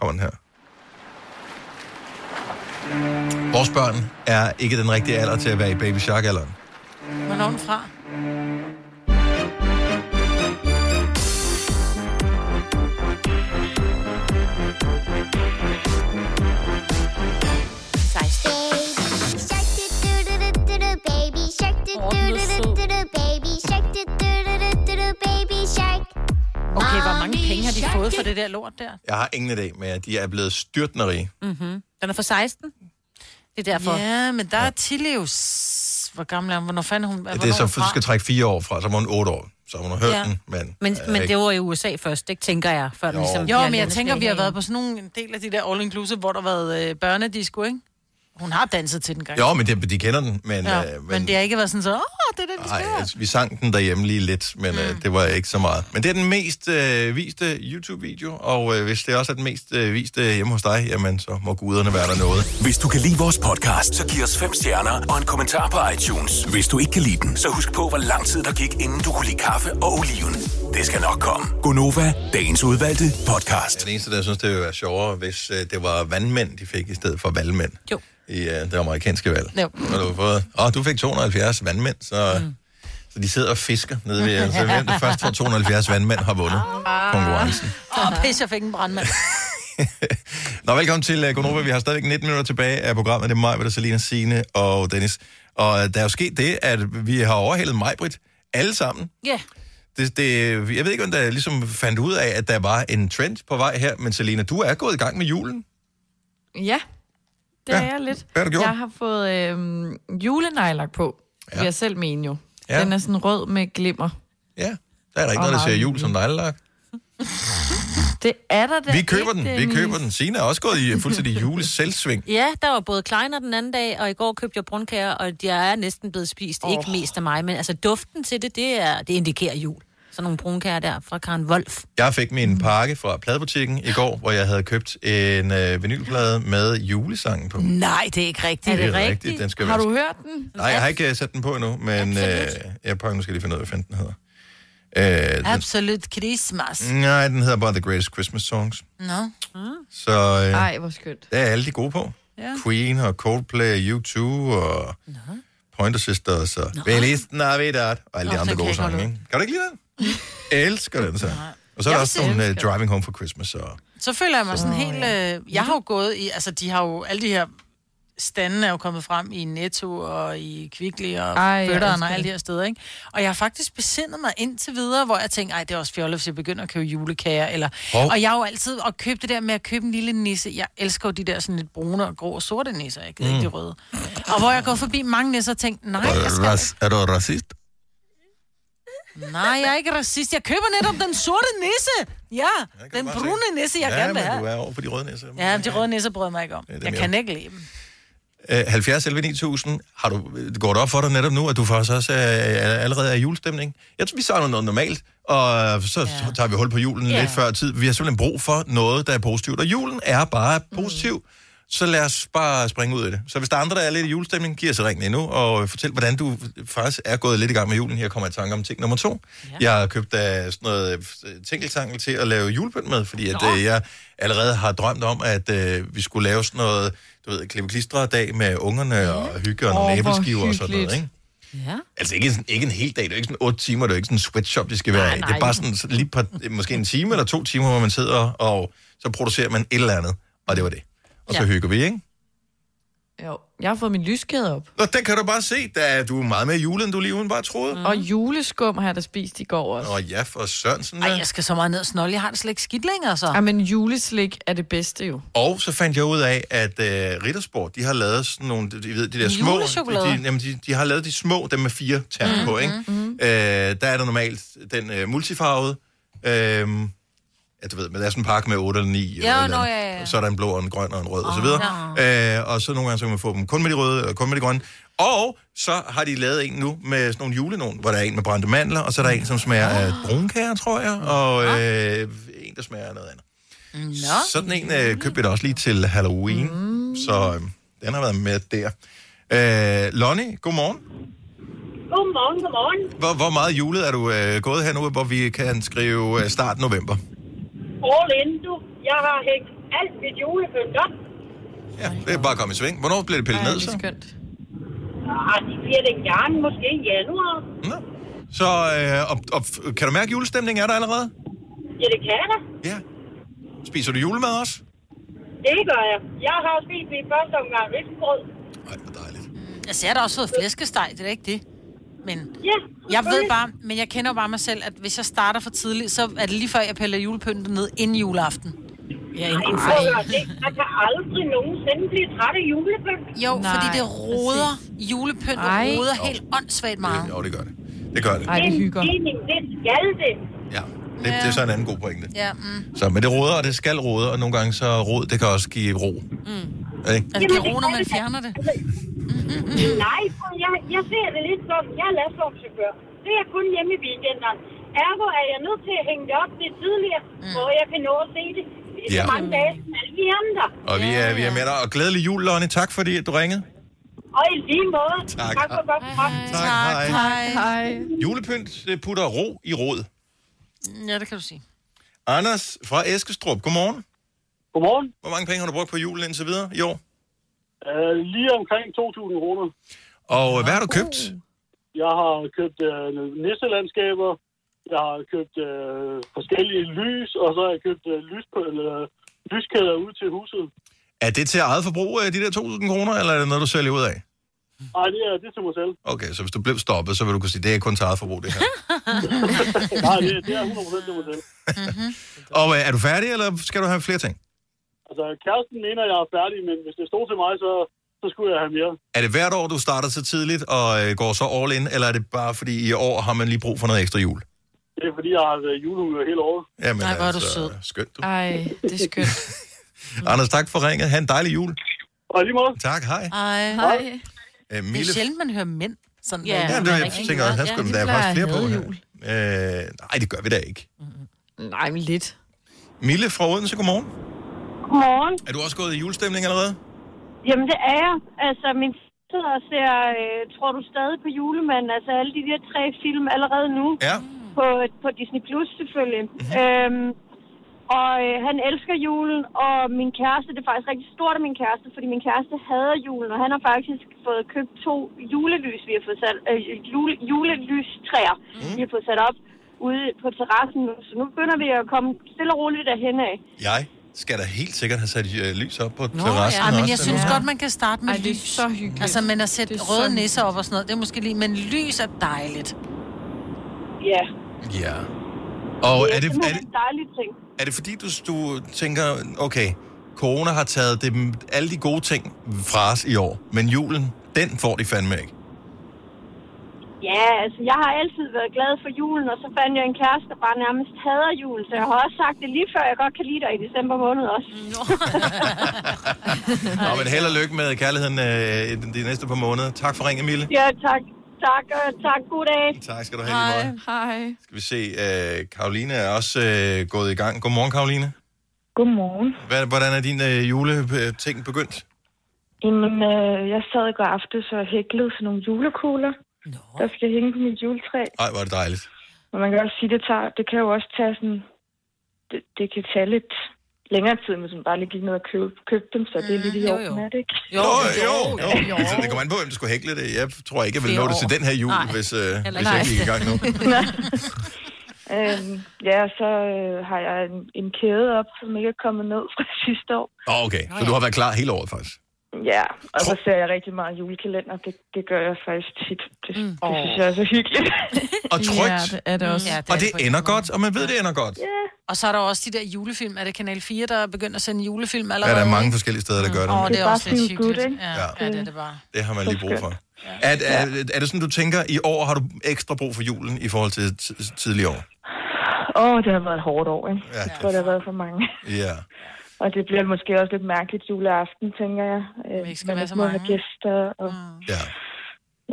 Speaker 1: Kommer den her. Vores børn er ikke den rigtige alder til at være i Baby Shark-alderen.
Speaker 2: Hvornår er den fra? Okay, hvor mange penge har de fået for det der lort der?
Speaker 1: Jeg har ingen idé med, at de er blevet styrtende rige.
Speaker 2: Mm-hmm.
Speaker 3: Den er fra 16. Det er derfor.
Speaker 2: Ja, men der er Tilly jo... s- Hvor gammel er hun? Hvornår fanden er hun?
Speaker 1: Det er så, for du skal trække fire år fra, så må hun otte år. Så har hun hørt
Speaker 2: Ja.
Speaker 1: ja. den, men...
Speaker 3: Men,
Speaker 1: øh,
Speaker 3: men
Speaker 1: ikke-
Speaker 3: det var i USA først, det tænker jeg. Før jo. Ligesom,
Speaker 2: Jo, men jeg tænker, vi har været på sådan nogle, en del af de der all inclusive, hvor der har været øh, børnedisco, ikke? Hun har danset til den gang.
Speaker 1: Jo, men det, de kender den, men...
Speaker 2: ja,
Speaker 1: øh,
Speaker 2: men, men det har ikke været sådan så, åh, det er den, vi skal
Speaker 1: Nej,
Speaker 2: have."
Speaker 1: altså, vi sang den derhjemme lige lidt, men øh, det var ikke så meget. Men det er den mest øh, viste YouTube-video, og øh, hvis det også er den mest øh, viste hjemme hos dig, jamen så må guderne være der noget.
Speaker 16: Hvis du kan lide vores podcast, så giv os fem stjerner og en kommentar på iTunes. Hvis du ikke kan lide den, så husk på, hvor lang tid der gik, inden du kunne lide kaffe og oliven. Det skal nok komme.
Speaker 1: Gonova, dagens udvalgte podcast. Det er den eneste, der synes, det ville være sjovere, hvis øh, det var vandmænd, de fik i stedet for valgmænd.
Speaker 3: Jo.
Speaker 1: I øh, det amerikanske valg.
Speaker 2: Jo.
Speaker 1: Og du, fået, åh, du fik 270 vandmænd, så, mm. så de sidder og fisker nede ved. Altså, Så hvem der først får 270 vandmænd har vundet
Speaker 2: Ah.
Speaker 1: konkurrencen.
Speaker 2: Åh, pis, jeg fik en brandmand.
Speaker 1: Nå, velkommen til øh, Gonova. Vi har stadigvæk 19 minutter tilbage af programmet. Det er mig, der Selina, Signe og Dennis. Og øh, der er jo sket det, at vi har overhældet mig, Britt, alle sammen.
Speaker 3: Ja.
Speaker 1: Det, det, jeg ved ikke, om der ligesom fandt ud af, at der var en trend på vej her, men Selina, du er gået i gang med julen.
Speaker 4: Ja, det ja. er jeg lidt.
Speaker 1: Hvad har du gjort?
Speaker 4: Jeg har fået øh, julenejlak på, ja. vil jeg selv mene jo. Ja. Den er sådan rød med glimmer.
Speaker 1: Ja, der er der ikke noget, der ser jul som nejlelak.
Speaker 4: Det er der da
Speaker 1: Vi køber
Speaker 3: ikke,
Speaker 1: den, vi
Speaker 3: øh,
Speaker 1: køber den. Signe er også gået i øh, fuldstændig juleselvsving.
Speaker 3: Ja, der var både kleiner den anden dag, og i går købte jeg brunkager, og de er næsten blevet spist. Oh. Ikke mest af mig, men altså duften til det, det, er, det indikerer jul. Sådan nogle brunkager der fra Karen Wolf.
Speaker 1: Jeg fik min pakke fra pladebutikken i går, hvor jeg havde købt en øh, vinylplade med julesangen på.
Speaker 2: (laughs) Nej, det er ikke rigtigt.
Speaker 1: Er det Det er rigtigt? rigtigt, den skal
Speaker 2: Har
Speaker 1: være-
Speaker 2: du hørt den?
Speaker 1: Nej, jeg har ikke øh, sat den på endnu, men øh, jeg prøver, nu skal jeg lige finde ud af, hvad fanden den hedder. Øh, den, Mm.
Speaker 2: Absolut Christmas.
Speaker 1: nej, den hedder bare The Greatest Christmas Songs.
Speaker 2: Nå.
Speaker 1: Så øh,
Speaker 4: Ej, hvor skønt.
Speaker 1: der er alle de gode på.
Speaker 4: Ja.
Speaker 1: Queen og Coldplay og U2 og Pointer Sisters og Velisten og Vedat og alle de
Speaker 4: Nå,
Speaker 1: andre
Speaker 4: den kan
Speaker 1: gode
Speaker 4: jeg godt
Speaker 1: sange.
Speaker 4: lide.
Speaker 1: Ikke? Kan du ikke lide
Speaker 2: (laughs)
Speaker 1: den? Jeg elsker den så. Og
Speaker 2: Jeg
Speaker 1: så er der
Speaker 2: vil
Speaker 1: også
Speaker 2: sige, jeg
Speaker 1: nogle uh,
Speaker 2: elsker den.
Speaker 1: Driving Home for Christmas. Og...
Speaker 2: Så føler jeg mig sådan helt... Øh, jeg har jo gået i... Altså, de har jo... Alle de her standen er jo kommet frem i Netto og i Kvickly og
Speaker 4: Ej, jeg
Speaker 2: Bøtteren
Speaker 4: elsker
Speaker 2: og alle
Speaker 4: det.
Speaker 2: de her steder, ikke? Og jeg har faktisk besindet mig indtil videre, hvor jeg tænkte, ej, det er også fjollet, hvis jeg begynder at købe julekager. Eller...
Speaker 1: Hov.
Speaker 2: Og jeg har jo altid at købe det der med at købe en lille nisse. Jeg elsker jo de der sådan lidt brune og grå og sorte nisser, jeg gider mm.
Speaker 1: Mm.
Speaker 2: ikke de røde. Og hvor jeg går forbi mange nisser og tænker, nej, jeg skal
Speaker 1: Er du racist?
Speaker 2: Nej, jeg er ikke racist. Jeg køber netop den sorte nisse. Ja, den brune nisse, jeg
Speaker 1: ja,
Speaker 2: gerne vil
Speaker 1: men
Speaker 2: have.
Speaker 1: du er over på de røde næser.
Speaker 2: Ja, men de røde nisser bryder jeg mig ikke om.
Speaker 1: dem,
Speaker 2: jeg
Speaker 1: jeg-
Speaker 2: kan ikke lide dem.
Speaker 1: Øh, 70 11 9000, har du, øh, går det op for dig netop nu, at du faktisk også er, er, allerede er i julestemning? Jeg tror, vi savner noget normalt, og øh, så ja. tager vi hul på julen
Speaker 16: Ja.
Speaker 1: ja. lidt før tid. Vi har simpelthen brug for noget, der er positivt, og julen er bare positiv. Så lad os bare springe ud af det. Så hvis der er andre, der er lidt i julestemning, giv os et ring endnu, og øh, fortæl, hvordan du faktisk er gået lidt i gang med julen. Her kommer jeg i tanke om ting nummer to. Ja. Jeg har købt øh, sådan noget øh, tinkeltangel til at lave julebønd med, fordi at, øh, jeg allerede har drømt om, at øh, vi skulle lave sådan noget, du ved, klippe dag med ungerne og hygge og nogle
Speaker 16: Åh, hvor
Speaker 1: æbleskiver og sådan noget,
Speaker 16: hyggeligt.
Speaker 1: ikke?
Speaker 3: Ja.
Speaker 1: Altså ikke, sådan, ikke en hel dag, det er jo ikke sådan 8 timer, det er jo ikke sådan en sweatshop, de skal være
Speaker 16: Nej,
Speaker 1: i. Det
Speaker 16: nej.
Speaker 1: er bare sådan så lige par, måske en time eller to timer, hvor man sidder, og så producerer man et eller andet, og det var det. Og så
Speaker 4: Ja.
Speaker 1: ja. hygger vi, ikke?
Speaker 4: Jo, jeg har fået min lyskæde op.
Speaker 1: Nå, den kan du bare se, da er du er meget mere jule, end du lige udenbart troede. Mm.
Speaker 4: Og juleskum har jeg da spist i går også.
Speaker 1: Og ja, for Sørensen.
Speaker 2: Ej, jeg skal så meget ned og snolle. Jeg har det slet ikke skidt længere, så.
Speaker 4: Ja, men juleslik er det bedste jo.
Speaker 1: Og så fandt jeg ud af, at øh, Rittersport, de har lavet sådan nogle, de, de, ved, de der små...
Speaker 4: Julechokolader.
Speaker 1: De, de, jamen, de, de har lavet de små, dem med fire terner mm, på, ikke? Mm. Øh, der er der normalt den øh, multifarvede, øh, ja, du ved, men der er sådan en pakke med otte eller ni,
Speaker 16: Ja,
Speaker 1: eller et
Speaker 16: nå,
Speaker 1: eller andet.
Speaker 16: ja, ja, ja.
Speaker 1: så er der en blå og en grøn og en rød, oh, og så videre. Øh, og så nogle gange, så kan man få dem kun med de røde, og kun med de grønne. Og så har de lavet en nu med sådan nogle julenogen, hvor der er en med brændte mandler, og så er der en, som smager af brunkager, tror jeg, og øh, en, der smager af noget andet.
Speaker 2: Nå.
Speaker 1: Sådan en øh, købte vi da også lige til Halloween, mm. så øh, den har været med der. Øh, Lonnie, godmorgen.
Speaker 17: Godmorgen, godmorgen.
Speaker 1: Hvor, hvor meget julet er du øh, gået her nu, hvor vi kan skrive øh, start november?
Speaker 17: All in, du. Jeg har hængt alt mit julebønd op.
Speaker 1: Ja, det er bare at komme i sving. Hvornår bliver det pillet ned så?
Speaker 17: Ah, de bliver det gerne måske i januar.
Speaker 1: Så øh, og, og, f- kan du mærke, at julestemningen er der allerede?
Speaker 17: Ja, det kan jeg da.
Speaker 1: Spiser du julemad også?
Speaker 17: Det gør jeg. Jeg har spist min første omgang risbrød.
Speaker 2: Altså, jeg har da også fået flæskesteg, det er da ikke det. Men
Speaker 17: Ja,
Speaker 2: jeg ved
Speaker 17: selvfølgelig.
Speaker 2: bare, men jeg kender jo bare mig selv, at hvis jeg starter for tidligt, så er det lige før, jeg piller julepynten ned inden juleaften. Ja,
Speaker 17: Ej,
Speaker 2: inden
Speaker 17: prøv at høre, det- Man kan aldrig nogensinde blive træt af julebønd.
Speaker 2: Jo, fordi det roder, julepynten
Speaker 17: Ej.
Speaker 2: roder helt åndssvagt meget.
Speaker 1: Jo, det gør det. Det gør det.
Speaker 2: Ej, det hygger.
Speaker 17: Det skal det.
Speaker 1: Ja, det, det er så en anden god pointe.
Speaker 2: Ja, mm.
Speaker 1: Så, men det råder, og det skal råde, og nogle gange så råd, det kan også give ro.
Speaker 2: Mm.
Speaker 1: Ikke?
Speaker 2: Altså, det roner, man fjerner det.
Speaker 17: Altså, Nej, prøv, jeg, jeg ser det lidt som, jeg er lastvognschauffør. Det er jeg kun hjemme i weekenderne. Ergo er jeg nødt til at hænge det op lidt tidligere, mm. hvor jeg kan nå at se det. Det er så
Speaker 1: Ja.
Speaker 17: mange dage, som alle vi andre.
Speaker 1: Og vi er, vi er med dig. Og glædelig jul, Lonnie. Tak fordi at du ringede.
Speaker 17: Og i lige måde.
Speaker 1: Tak.
Speaker 17: tak for godt program.
Speaker 1: Tak, hej.
Speaker 2: Hej.
Speaker 4: Hej.
Speaker 1: Julepynt øh, putter ro i råd.
Speaker 2: Ja, det kan du sige.
Speaker 1: Anders fra Eskestrup, godmorgen.
Speaker 17: Godmorgen.
Speaker 1: Hvor mange penge har du brugt på julen indtil videre i år?
Speaker 18: Øh, lige omkring 2.000 kroner.
Speaker 1: Og øh, hvad har du købt?
Speaker 18: Oh. Jeg har købt øh, nisselandskaber, jeg har købt øh, forskellige lys, og så har jeg købt øh, lys på, eller, lyskæder ud til huset.
Speaker 1: Er det til eget forbrug, øh, de der 2.000 kroner, eller er det noget, du sælger ud af?
Speaker 18: Ej, det er, det er til mig (laughs) selv.
Speaker 1: Okay, så hvis du blev stoppet, så vil du kunne sige, det er kun til eget forbrug, det her.
Speaker 18: Nej, det, det er 100% til mig selv.
Speaker 1: Og øh, er du færdig, eller skal du have flere ting?
Speaker 18: Altså, kæresten mener, jeg er færdig, men hvis det stod til mig, så, så skulle jeg have mere.
Speaker 1: Er det hvert år, du starter så tidligt og øh, går så all in, eller er det bare fordi i år har man lige brug for noget ekstra jul?
Speaker 18: Det er, fordi jeg har været julehumør hele året.
Speaker 1: Jamen, altså,
Speaker 18: Nej, hvor er du sød.
Speaker 1: Skønt.
Speaker 17: Ej, det er skønt.
Speaker 1: Anders, tak for ringet. Ha' en dejlig jul.
Speaker 18: Og lige måde.
Speaker 1: Tak, hej.
Speaker 2: Ej.
Speaker 1: Hej.
Speaker 2: Hej.
Speaker 1: Øh,
Speaker 2: Ah, Det er
Speaker 1: Mille,
Speaker 2: sjældent, man hører mænd. Sådan
Speaker 1: Ja, ja det, jeg tænker også, her skulle ja, der er faktisk flere på. Jul. Øh, nej, det gør vi da ikke.
Speaker 2: Mm-hmm.
Speaker 17: Nej, men lidt.
Speaker 1: Mille fra Odense, godmorgen.
Speaker 13: Godmorgen.
Speaker 1: Er du også gået i julestemning allerede?
Speaker 13: Jamen, det er jeg. Altså, min sidder og ser, øh, tror du stadig på julemanden? Altså, alle de der tre film allerede nu.
Speaker 1: Ja.
Speaker 13: På, på Disney Plus, selvfølgelig. Mm-hmm. Øhm, og øh, han elsker julen, og min kæreste, det er faktisk rigtig stort af min kæreste, fordi min kæreste hader julen, og han har faktisk fået købt to julelys, vi har fået sat, øh, jule, julelystræer, mm. vi har fået sat op ude på terrassen nu. Så nu begynder vi at komme stille og roligt derhen af.
Speaker 1: Jeg skal da helt sikkert have sat øh, lys op på
Speaker 2: Nå,
Speaker 1: terrassen.
Speaker 2: ja. Ej, men
Speaker 1: også
Speaker 2: jeg synes
Speaker 1: dernede.
Speaker 2: godt, man kan starte med
Speaker 17: Ej,
Speaker 2: Ej,
Speaker 17: det er
Speaker 2: lys.
Speaker 17: så hyggeligt.
Speaker 2: Altså, men at sætte
Speaker 17: Det er
Speaker 2: røde
Speaker 17: så-
Speaker 2: nisser op og sådan noget, det er måske lige, men lys er dejligt.
Speaker 13: Ja,
Speaker 1: Ja. Og er det,
Speaker 13: det
Speaker 1: er,
Speaker 13: er
Speaker 1: det,
Speaker 13: en dejlig ting.
Speaker 1: er det fordi, du, du tænker, okay, corona har taget det, alle de gode ting fra os i år, men julen, den får de fandme ikke.
Speaker 13: Ja, altså jeg har altid været glad for julen, og så fandt jeg en kæreste, der bare nærmest hader julen, så jeg har også sagt det lige før, jeg godt kan lide dig i december måned også.
Speaker 1: Nå, men held og lykke med kærligheden øh, i de næste par måneder. Tak for ringen, Mille.
Speaker 13: ja, tak. Tak, og tak. God dag.
Speaker 1: Tak skal du have, lige meget.
Speaker 17: hej.
Speaker 1: Skal vi se, øh, Karoline er også øh, gået i gang. Godmorgen, Karoline.
Speaker 19: Godmorgen.
Speaker 1: Hvad, hvordan er din øh, juleting begyndt?
Speaker 19: Jamen, øh, jeg sad i går aftes og hæklede sådan nogle julekugler, Nå. der skal hænge på mit juletræ.
Speaker 1: Ej, hvor er det dejligt.
Speaker 19: Og man kan også sige, det, tager, det kan jo også tage sådan... Det, det kan tage lidt længere tid, hvis man bare lige gik ned og købe, købe dem, så det er lidt i
Speaker 1: jo,
Speaker 19: orden, er det ikke?
Speaker 1: Jo, jo, jo. jo. Altså, det kommer an på, hvem du skulle hækle det. Jeg tror ikke, jeg vil nå det til den her jul,
Speaker 19: Nej.
Speaker 1: hvis, øh,
Speaker 19: Heller
Speaker 1: hvis jeg
Speaker 19: ikke.
Speaker 1: gik i gang
Speaker 19: (laughs)
Speaker 1: nu.
Speaker 19: øhm, ja, og så øh, har jeg en, en kæde op, som ikke er kommet ned fra (laughs) sidste år.
Speaker 1: Oh, okay, så du har været klar hele året, faktisk.
Speaker 19: Ja, og så ser jeg rigtig meget julekalender. Det, det gør jeg faktisk tit. Det, mm. det synes jeg er så hyggeligt.
Speaker 1: Og trygt.
Speaker 17: Ja, det er det også.
Speaker 2: Ja, det er
Speaker 1: Og det ender godt, og man ved, det ender godt.
Speaker 2: Og så er der også de der julefilm. Er det Kanal 4, der er begyndt at sende julefilm
Speaker 1: Ja,
Speaker 2: allerede?
Speaker 1: der er mange forskellige steder, der gør det.
Speaker 2: Åh, det
Speaker 19: Det
Speaker 2: er
Speaker 19: er bare
Speaker 2: også lidt
Speaker 19: feel good,
Speaker 2: hyggeligt.
Speaker 19: ikke?
Speaker 2: Ja, ja, det er det bare.
Speaker 1: Det har man lige brug for. Er, er, er det sådan, du tænker, i år har du ekstra brug for julen i forhold til t- tidligere år?
Speaker 19: Åh, oh, det har været et hårdt år, ikke?
Speaker 1: Ja,
Speaker 19: jeg tror, det har været for mange.
Speaker 1: Ja.
Speaker 19: Og det bliver måske også lidt mærkeligt juleaften, tænker jeg. Øh,
Speaker 2: ikke skal
Speaker 19: med
Speaker 2: være
Speaker 19: lidt
Speaker 2: så
Speaker 19: mange.
Speaker 2: mange.
Speaker 19: gæster. Og...
Speaker 1: ja.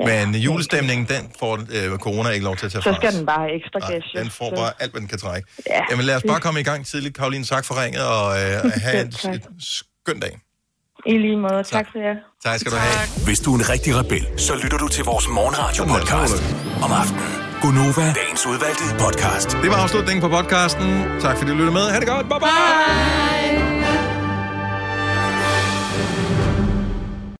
Speaker 1: Men julestemningen, den får øh, corona ikke lov til at tage
Speaker 19: Så
Speaker 1: fra
Speaker 19: skal
Speaker 1: os.
Speaker 19: den bare have ekstra gæst.
Speaker 1: Den får
Speaker 19: så-
Speaker 1: bare alt, hvad den kan trække. Jamen lad os bare komme i gang tidligt. Karoline, tak for ringet, og øh, have en
Speaker 19: Selv tak.
Speaker 1: en skøn dag.
Speaker 19: I lige måde. Tak, tak for jer.
Speaker 1: Tak skal du have.
Speaker 6: Hvis du er en rigtig rebel, så lytter du til vores morgenradio-podcast om aftenen. Gunova, dagens udvalgte podcast.
Speaker 1: Det var afslutningen på podcasten. Tak fordi du lyttede med. Ha' det godt. Bye bye. bye.